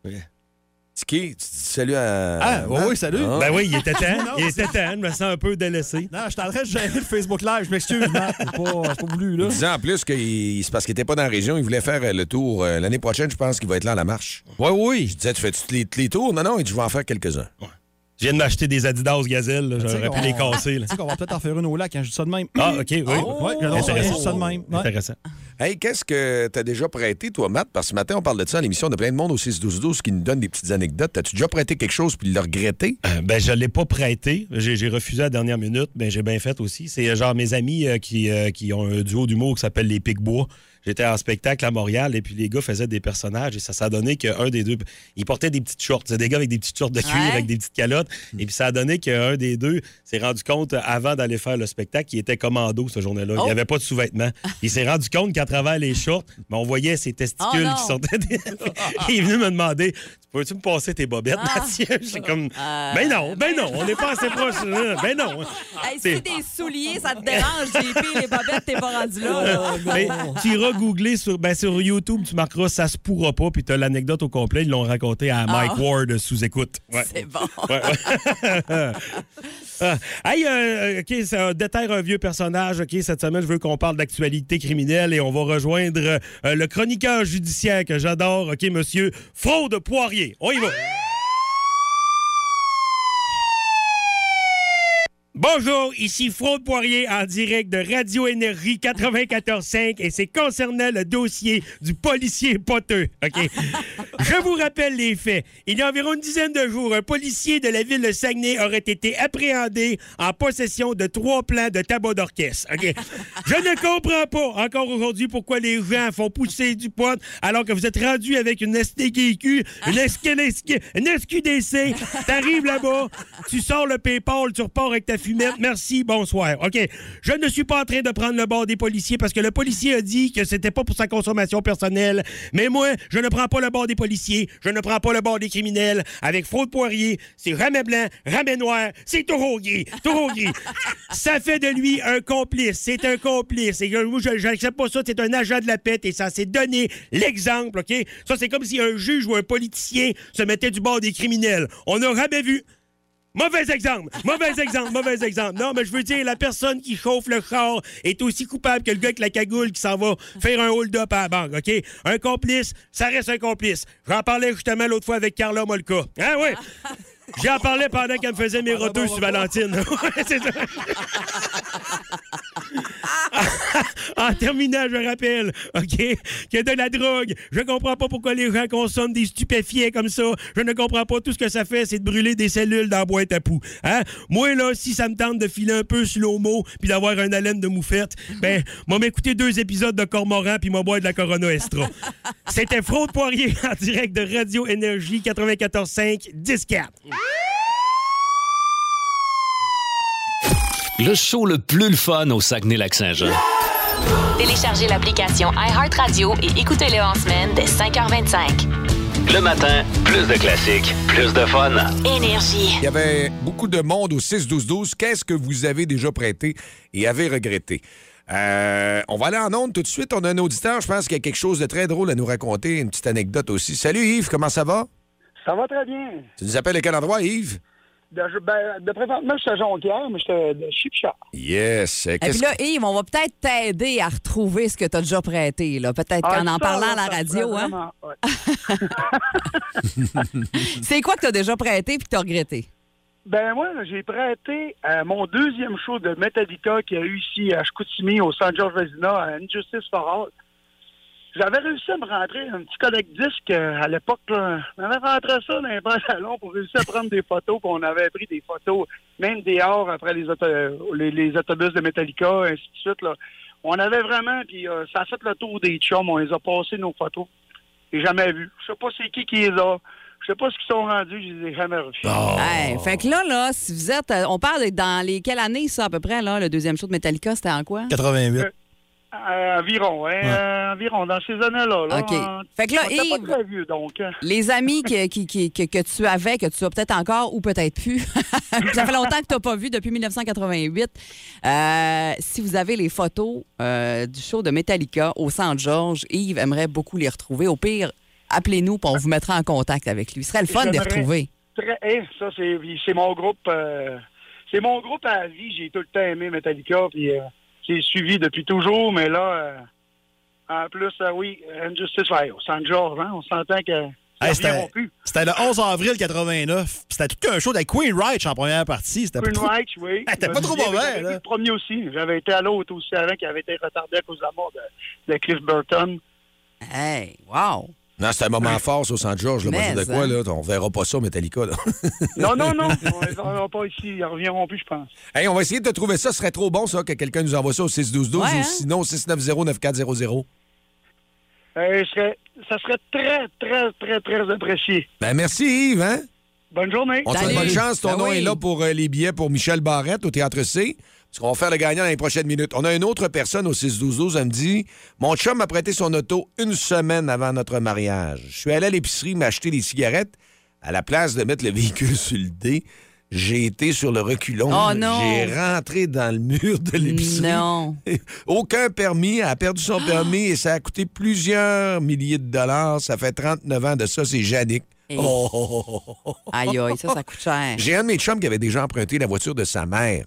[SPEAKER 3] Tiki, tu dis salut à.
[SPEAKER 10] Ah, ouais,
[SPEAKER 3] Matt?
[SPEAKER 10] ouais, salut.
[SPEAKER 3] Ah.
[SPEAKER 5] Ben oui, il était temps. il était temps. Je me sens un peu délaissé.
[SPEAKER 10] Non, je suis en train de gérer le Facebook Live. Je m'excuse, Matt. C'est pas, c'est pas voulu, là.
[SPEAKER 3] Disant en plus que il- c'est parce qu'il n'était pas dans la région, il voulait faire euh, le tour. euh, L'année prochaine, je pense qu'il va être là à la marche.
[SPEAKER 5] Oui, oui.
[SPEAKER 3] Je disais, tu fais tous les, tous les tours? Non, non, il dit, je vais en faire quelques-uns.
[SPEAKER 5] Je viens de m'acheter des Adidas Gazelle. là. J'aurais pu les casser. là.
[SPEAKER 10] Tu sais qu'on va peut-être en faire une au lac, hein, je dis ça de même.
[SPEAKER 5] Ah, OK, oui.
[SPEAKER 10] Ouais, je lance- je dis ça de même. Ouais.
[SPEAKER 5] Intéressant.
[SPEAKER 3] Hey, qu'est-ce que t'as déjà prêté, toi, Matt? Parce que ce matin, on parle de ça à l'émission. On a plein de monde au 6-12-12 qui nous donne des petites anecdotes. T'as-tu déjà prêté quelque chose puis le regretté?
[SPEAKER 5] Euh, ben, je ne l'ai pas prêté. J'ai j'ai refusé à la dernière minute, mais j'ai bien fait aussi. C'est euh, genre mes amis euh, qui, euh, qui ont un duo d'humour qui s'appelle Les Picbois. J'étais en spectacle à Montréal et puis les gars faisaient des personnages et ça s'est donné qu'un des deux. Ils portaient des petites shorts. C'est des gars avec des petites shorts de cuir,
[SPEAKER 4] Ouais.
[SPEAKER 5] avec des petites calottes. Et puis ça a donné qu'un des deux s'est rendu compte euh, avant d'aller faire le spectacle qu'il était commando ce journée-là. Il
[SPEAKER 4] Oh.
[SPEAKER 5] n'y avait pas de sous-vêtements. Il s'est rendu compte qu'à travers les shorts, ben, on voyait ses testicules
[SPEAKER 4] Oh, non.
[SPEAKER 5] qui sortaient. des- il est venu me demander Tu peux-tu me passer tes bobettes,
[SPEAKER 4] Ah. Euh,
[SPEAKER 5] Mathieu J'ai comme ben non, ben non, on n'est pas assez proche. hein, Ben non.
[SPEAKER 12] Ah,
[SPEAKER 4] Hey, si
[SPEAKER 5] C'est-
[SPEAKER 4] des souliers, ça te dérange, JP, les bobettes, t'es pas rendu là.
[SPEAKER 12] Oh,
[SPEAKER 4] là.
[SPEAKER 5] Mais tu iras googler sur, ben sur YouTube, tu marqueras ça se pourra pas, puis tu as l'anecdote au complet. Ils l'ont raconté à Mike Ward sous écoute. Ouais.
[SPEAKER 4] Ah. C'est bon.
[SPEAKER 5] Ouais, ouais. Ah, hey, euh, OK, c'est un déterre un vieux personnage. OK, cette semaine, je veux qu'on parle d'actualité criminelle et on va rejoindre euh, le chroniqueur judiciaire que j'adore. OK, monsieur Fraude Poirier. On y va. Bonjour, ici Fraude Poirier en direct de Radio Énergie 94.5 et c'est concernant le dossier du policier poteux. OK. Je vous rappelle les faits. Il y a environ une dizaine de jours, un policier de la ville de Saguenay aurait été appréhendé en possession de trois plans de tabac d'orchestre. OK. Je ne comprends pas encore aujourd'hui pourquoi les gens font pousser du pot alors que vous êtes rendu avec une STQQ, une, SQ, une SQDC, t'arrives là-bas, tu sors le PayPal, tu repars avec ta fumette. Merci, bonsoir. OK. Je ne suis pas en train de prendre le bord des policiers parce que le policier a dit que c'était pas pour sa consommation personnelle. Mais moi, je ne prends pas le bord des policiers. Je ne prends pas le bord des criminels. Avec Fraude Poirier, c'est ramet blanc, ramet noir, c'est taureau gris. Taureau gris. ça fait de lui un complice. C'est un complice. Et je- moi, je n'accepte pas ça. C'est un agent de la paix et ça s'est donné l'exemple. OK? Ça, c'est comme si un juge ou un politicien se mettait du bord des criminels. On n'a jamais vu. Mauvais exemple, mauvais exemple, mauvais exemple. Non, mais je veux dire, la personne qui chauffe le char est aussi coupable que le gars avec la cagoule qui s'en va faire un hold-up à la banque, OK? Un complice, ça reste un complice. J'en parlais justement l'autre fois avec Carla Molka. Hein, oui? J'en parlais pendant qu'elle me faisait mes roteux sur Valentine. Ouais, c'est ça. en terminant, Ah, je rappelle, OK, que de la drogue, je comprends pas pourquoi les gens consomment des stupéfiants comme ça. Je ne comprends pas tout ce que ça fait, c'est de brûler des cellules dans la boîte à poux. Hein? Moi, là, si ça me tente de filer un peu slow-mo puis d'avoir un haleine de moufette, ben, moi, m'écouter deux épisodes de Cormoran puis moi, boire de la Corona Estra. C'était Fraude Poirier en direct de Radio Énergie 94.5 10
[SPEAKER 2] Le show le plus le fun au Saguenay-Lac-Saint-Jean.
[SPEAKER 1] Téléchargez l'application iHeartRadio et écoutez-le en semaine dès 5h25.
[SPEAKER 2] Le matin, plus de classiques, plus de fun.
[SPEAKER 1] Énergie.
[SPEAKER 3] Il y avait beaucoup de monde au 6-12-12. Qu'est-ce que vous avez déjà prêté et avez regretté? Euh, on va aller en onde tout de suite. On a un auditeur, je pense qu'il y a quelque chose de très drôle à nous raconter, une petite anecdote aussi. Salut Yves, comment ça va?
[SPEAKER 12] Ça va très bien.
[SPEAKER 3] Tu nous appelles à quel endroit, Yves?
[SPEAKER 12] De, ben, de présentement, j'étais à Jonquière, mais j'étais de Chipchard.
[SPEAKER 3] Yes.
[SPEAKER 4] Et
[SPEAKER 3] Qu'est-ce
[SPEAKER 4] puis
[SPEAKER 3] que-
[SPEAKER 4] là, Yves, on va peut-être t'aider à retrouver ce que tu as déjà prêté. là. Peut-être
[SPEAKER 12] Ah,
[SPEAKER 4] qu'en en
[SPEAKER 12] ça,
[SPEAKER 4] parlant à la
[SPEAKER 12] là, ça
[SPEAKER 4] radio.
[SPEAKER 12] serait
[SPEAKER 4] hein.
[SPEAKER 12] vraiment hot.
[SPEAKER 4] C'est quoi que tu as déjà prêté puis que tu as regretté?
[SPEAKER 12] Ben moi, là, j'ai prêté euh, mon deuxième show de Metallica qu'il y a eu ici à Chicoutimi, au San George Vézina, à Injustice for All. J'avais réussi à me rentrer un petit collègue disque euh, à l'époque. là. J'avais rentré ça dans un salon pour réussir à prendre des photos. Puis on avait pris des photos, même dehors, après les, auto- les, les autobus de Metallica, ainsi de suite. Là. On avait vraiment, puis euh, ça a fait le tour des chums. On les a passés, nos photos. J'ai jamais vu. Je sais pas c'est qui qui les a. Je sais pas ce qu'ils sont rendus. Je les ai jamais reçus.
[SPEAKER 4] Hey, fait que là, là, si vous êtes. euh, On parle de- dans les quelles années, ça, à peu près, là, le deuxième show de Metallica, c'était en quoi?
[SPEAKER 13] 88.
[SPEAKER 12] Euh, environ, hein, euh, environ, dans ces années-là. Là,
[SPEAKER 4] OK.
[SPEAKER 12] Euh,
[SPEAKER 4] Fait que là,
[SPEAKER 12] on était
[SPEAKER 4] Yves-
[SPEAKER 12] pas très vieux, donc. hein.
[SPEAKER 4] Les amis que, qui- qui- que, que tu avais, que tu as peut-être encore ou peut-être plus, ça fait longtemps que tu n'as pas vu, depuis 1988. Euh, si vous avez les photos euh, du show de Metallica au Saint-Georges, Yves aimerait beaucoup les retrouver. Au pire, appelez-nous puis on vous mettra en contact avec lui. Ce serait le fun de les
[SPEAKER 12] J'aimerais
[SPEAKER 4] retrouver.
[SPEAKER 12] Très, hein, ça, c'est, c'est mon groupe. euh, c'est mon groupe à vie. J'ai tout le temps aimé Metallica, puis euh, j'ai suivi depuis toujours, mais là, euh, en plus, euh, oui, Injustice Fire, San George, hein, on s'entend que. ça
[SPEAKER 13] Hey, c'était,
[SPEAKER 12] reviendra plus.
[SPEAKER 13] c'était le 11 avril 89. C'était tout un show de Queen Reich en première partie. C'était pas
[SPEAKER 12] Queen
[SPEAKER 13] trop-
[SPEAKER 12] Reich, oui.
[SPEAKER 13] Hey, t'es pas
[SPEAKER 12] Je me
[SPEAKER 13] trop
[SPEAKER 12] souviens,
[SPEAKER 13] mauvais,
[SPEAKER 12] j'avais
[SPEAKER 13] là.
[SPEAKER 12] vu Le premier aussi. J'avais été à l'autre aussi avant, qui avait été retardé à cause de la mort de, de Cliff Burton.
[SPEAKER 4] Hey, wow!
[SPEAKER 3] Non, c'est un moment fort, ça, au Saint-Georges. là, on va
[SPEAKER 12] Mais,
[SPEAKER 3] dire de quoi,
[SPEAKER 12] hein.
[SPEAKER 3] là? On verra pas ça, au Metallica, là.
[SPEAKER 12] Non, non, non. on les aura pas ici. Ils reviendront plus, je pense.
[SPEAKER 3] Hey, on va essayer de trouver ça. Ce serait trop bon, ça, que quelqu'un nous envoie ça au 6-12-12
[SPEAKER 12] Ouais,
[SPEAKER 3] ou
[SPEAKER 12] hein?
[SPEAKER 3] sinon au 690-9400.
[SPEAKER 12] Euh, je serais- ça serait très, très, très, très apprécié.
[SPEAKER 3] Ben, merci, Yves, hein?
[SPEAKER 12] Bonne journée.
[SPEAKER 3] On te souhaite bonne chance.
[SPEAKER 4] Ben
[SPEAKER 3] Ton nom est là pour euh, les billets pour Michel Barrette au Théâtre C. Parce qu'on va faire le gagnant dans les prochaines minutes. On a une autre personne au 6-12-12. Elle me dit Mon chum m'a prêté son auto une semaine avant notre mariage. Je suis allé à l'épicerie m'acheter des cigarettes. À la place de mettre le véhicule sur le dé, j'ai été sur le reculon.
[SPEAKER 4] Oh non!
[SPEAKER 3] J'ai rentré dans le mur de l'épicerie.
[SPEAKER 4] Non.
[SPEAKER 3] Aucun permis. Elle a perdu son permis et ça a coûté plusieurs milliers de dollars. Ça fait 39 ans de ça. C'est Jannick.
[SPEAKER 4] Et-
[SPEAKER 3] Oh, oh, oh, oh, oh, oh.
[SPEAKER 4] Aïe, aïe, ça, ça coûte cher.
[SPEAKER 3] J'ai un de mes chums qui avait déjà emprunté la voiture de sa mère.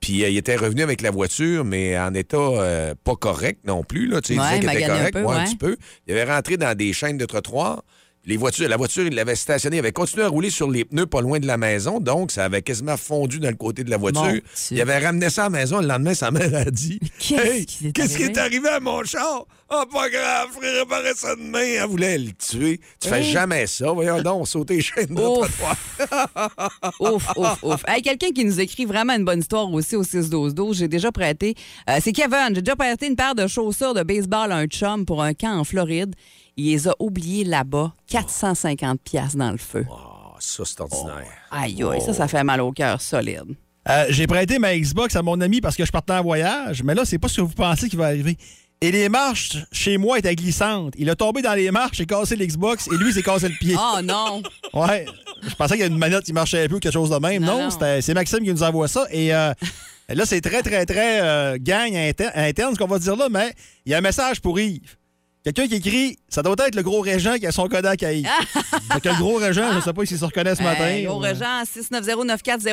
[SPEAKER 3] Puis euh, il était revenu avec la voiture, mais en état euh, pas correct non plus. Là. Tu sais,
[SPEAKER 4] Ouais,
[SPEAKER 3] il disait qu'il était
[SPEAKER 4] magané un
[SPEAKER 3] correct,
[SPEAKER 4] peu,
[SPEAKER 3] moi, un
[SPEAKER 4] ouais.
[SPEAKER 3] petit peu. Il avait rentré dans des chaînes de trottoir. Les voitures, la voiture, il l'avait stationnée. Il avait continué à rouler sur les pneus pas loin de la maison. Donc, ça avait quasiment fondu dans le côté de la voiture.
[SPEAKER 4] Mon Dieu.
[SPEAKER 3] il avait ramené ça à la maison. Le lendemain, sa mère a dit
[SPEAKER 4] Qu'est-ce
[SPEAKER 3] Hey,
[SPEAKER 4] qui est
[SPEAKER 3] Qu'est-ce qui est
[SPEAKER 4] arrivé?
[SPEAKER 3] arrivé à mon char Ah, pas grave, frère, réparer ça demain. Elle voulait le tuer. Tu fais
[SPEAKER 4] Hey.
[SPEAKER 3] jamais ça. Voyons donc, sauter les chaînes de trottoir.
[SPEAKER 4] ouf, ouf, ouf. Hey, Quelqu'un qui nous écrit vraiment une bonne histoire aussi au 6-12-12. J'ai déjà prêté. euh, C'est Kevin. J'ai déjà prêté une paire de chaussures de baseball à un chum pour un camp en Floride. Il les a oubliées là-bas. 450 pièces dans le feu.
[SPEAKER 3] Ah, ça, c'est ordinaire.
[SPEAKER 4] Aïe, aïe, ça, ça fait mal au cœur solide.
[SPEAKER 5] Euh, j'ai prêté ma Xbox à mon ami parce que je partais en voyage, mais là, c'est pas ce que vous pensez qui va arriver. Et les marches chez moi étaient glissantes. Il a tombé dans les marches, j'ai cassé l'Xbox et lui, il s'est cassé le pied.
[SPEAKER 4] Oh non!
[SPEAKER 5] Ouais. Je pensais qu'il y avait une manette qui marchait un peu ou quelque chose de même.
[SPEAKER 4] Non,
[SPEAKER 5] Non,
[SPEAKER 4] non.
[SPEAKER 5] c'était- c'est Maxime qui nous envoie ça. Et euh, là, c'est très, très, très euh, gang inter- interne, ce qu'on va dire là, mais il y a un message pour Yves. Quelqu'un qui écrit Ça doit être le gros régent qui a son Kodak à Yves. Fait que le gros régent, je ne sais pas s'il se reconnaît ce matin.
[SPEAKER 4] Hey, au
[SPEAKER 5] Ouais.
[SPEAKER 4] Regent, 690-9400,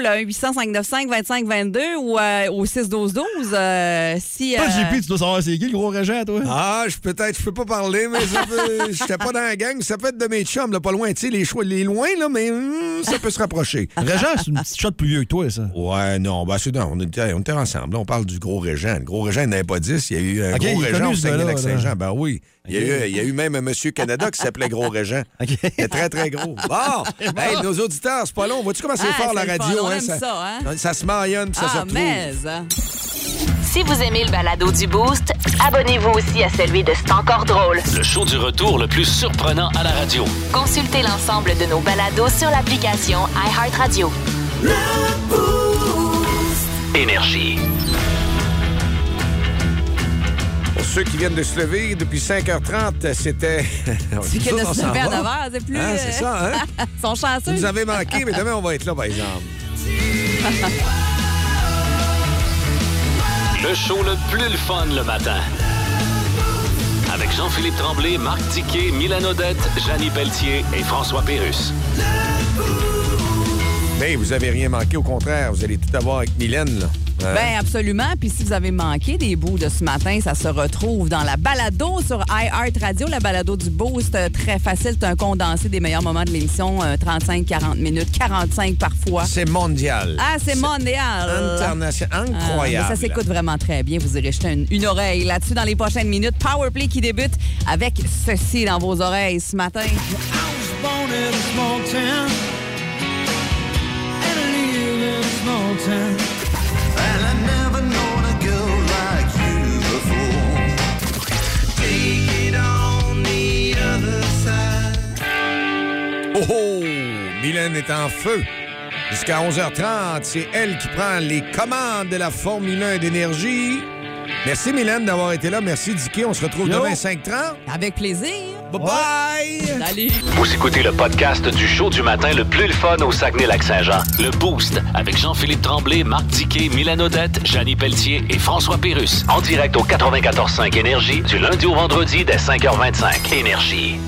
[SPEAKER 4] le 1-800-595-2522 ou euh, au 612-12. euh, si,
[SPEAKER 5] Toi,
[SPEAKER 4] euh,
[SPEAKER 5] JP, tu dois savoir c'est qui le gros régent, toi
[SPEAKER 3] Ah, je peut-être, je peux pas parler, mais ça peut- j'étais pas dans la gang. Ça peut être de mes chums, là, pas loin. Tu sais, les choix, les loin, là, mais hum, ça peut se rapprocher.
[SPEAKER 5] Régent, c'est une petite shot plus vieux que toi, ça.
[SPEAKER 3] Ouais, non, ben c'est non, on était, on était ensemble. là. on parle du gros régent. Le gros régent, il n'y en avait pas 10. Il y a eu un
[SPEAKER 5] Ok,
[SPEAKER 3] gros
[SPEAKER 5] il est
[SPEAKER 3] régent
[SPEAKER 5] connu,
[SPEAKER 3] au
[SPEAKER 5] ce gars-là,
[SPEAKER 3] Saguenay-Lac-Saint-Jean.
[SPEAKER 5] là.
[SPEAKER 3] Ben oui. Il y, a eu, il y a eu même un monsieur Canada qui s'appelait Gros Régent. Il est très, très gros. Bon! Hey, nos auditeurs, c'est pas long. Vois-tu comment c'est
[SPEAKER 4] Ah,
[SPEAKER 3] fort, la
[SPEAKER 4] c'est le fun.
[SPEAKER 3] radio?
[SPEAKER 4] On aime ça, hein?
[SPEAKER 3] se marionne, puis ça se
[SPEAKER 4] ah,
[SPEAKER 3] retrouve.
[SPEAKER 4] mais.
[SPEAKER 1] Si vous aimez le balado du Boost, abonnez-vous aussi à celui de C'est encore drôle.
[SPEAKER 2] Le show du retour le plus surprenant à la radio.
[SPEAKER 1] Consultez l'ensemble de nos balados sur l'application iHeartRadio.
[SPEAKER 2] Énergie.
[SPEAKER 3] Pour ceux qui viennent de se lever, depuis 5h30, c'était...
[SPEAKER 4] C'est que
[SPEAKER 3] Nous
[SPEAKER 4] de
[SPEAKER 3] autres, on
[SPEAKER 4] se
[SPEAKER 3] s'en
[SPEAKER 4] lever à
[SPEAKER 3] va.
[SPEAKER 4] 9 heures, c'est plus.
[SPEAKER 3] Hein, c'est ça, hein?
[SPEAKER 4] euh, Ils sont chanceux.
[SPEAKER 3] Vous nous avez manqué, mais demain, on va être là, par exemple.
[SPEAKER 2] Le show le plus le fun le matin. Avec Jean-Philippe Tremblay, Marc Tiquet, Milan Odette, Janine Pelletier et François Pérus.
[SPEAKER 3] Mais Ben, vous avez rien manqué, au contraire. Vous allez tout avoir avec Mylène, là. Hein?
[SPEAKER 4] Ben absolument. Puis si vous avez manqué des bouts de ce matin, ça se retrouve dans la balado sur iHeart Radio, la balado du Boost. Euh, Très facile, c'est un condensé des meilleurs moments de l'émission, euh, 35, 40 minutes, 45 parfois.
[SPEAKER 3] C'est mondial.
[SPEAKER 4] Ah, c'est mondial.
[SPEAKER 3] International.
[SPEAKER 4] Ah,
[SPEAKER 3] Incroyable.
[SPEAKER 4] mais ça s'écoute vraiment très bien. Vous irez jeter une, une oreille là-dessus dans les prochaines minutes. Powerplay qui débute avec ceci dans vos oreilles ce matin.
[SPEAKER 11] born in a small town and I live in a small town. And I never known a girl like you before. Take it on the other side.
[SPEAKER 3] Oh, oh! Mylène est en feu. Jusqu'à 11h30, c'est elle qui prend les commandes de la Formule 1 d'énergie. Merci, Mylène, d'avoir été là. Merci, Dicky. On se retrouve
[SPEAKER 2] Yo.
[SPEAKER 3] demain 5h30.
[SPEAKER 4] Avec plaisir.
[SPEAKER 3] Bye-bye!
[SPEAKER 4] Salut!
[SPEAKER 2] Vous écoutez le podcast du show du matin le plus le fun au Saguenay-Lac-Saint-Jean. Le Boost avec Jean-Philippe Tremblay, Marc Tiquet, Milan Odette, Janine Pelletier et François Pérus. En direct au 94.5 Énergie du lundi au vendredi dès 5h25. Énergie.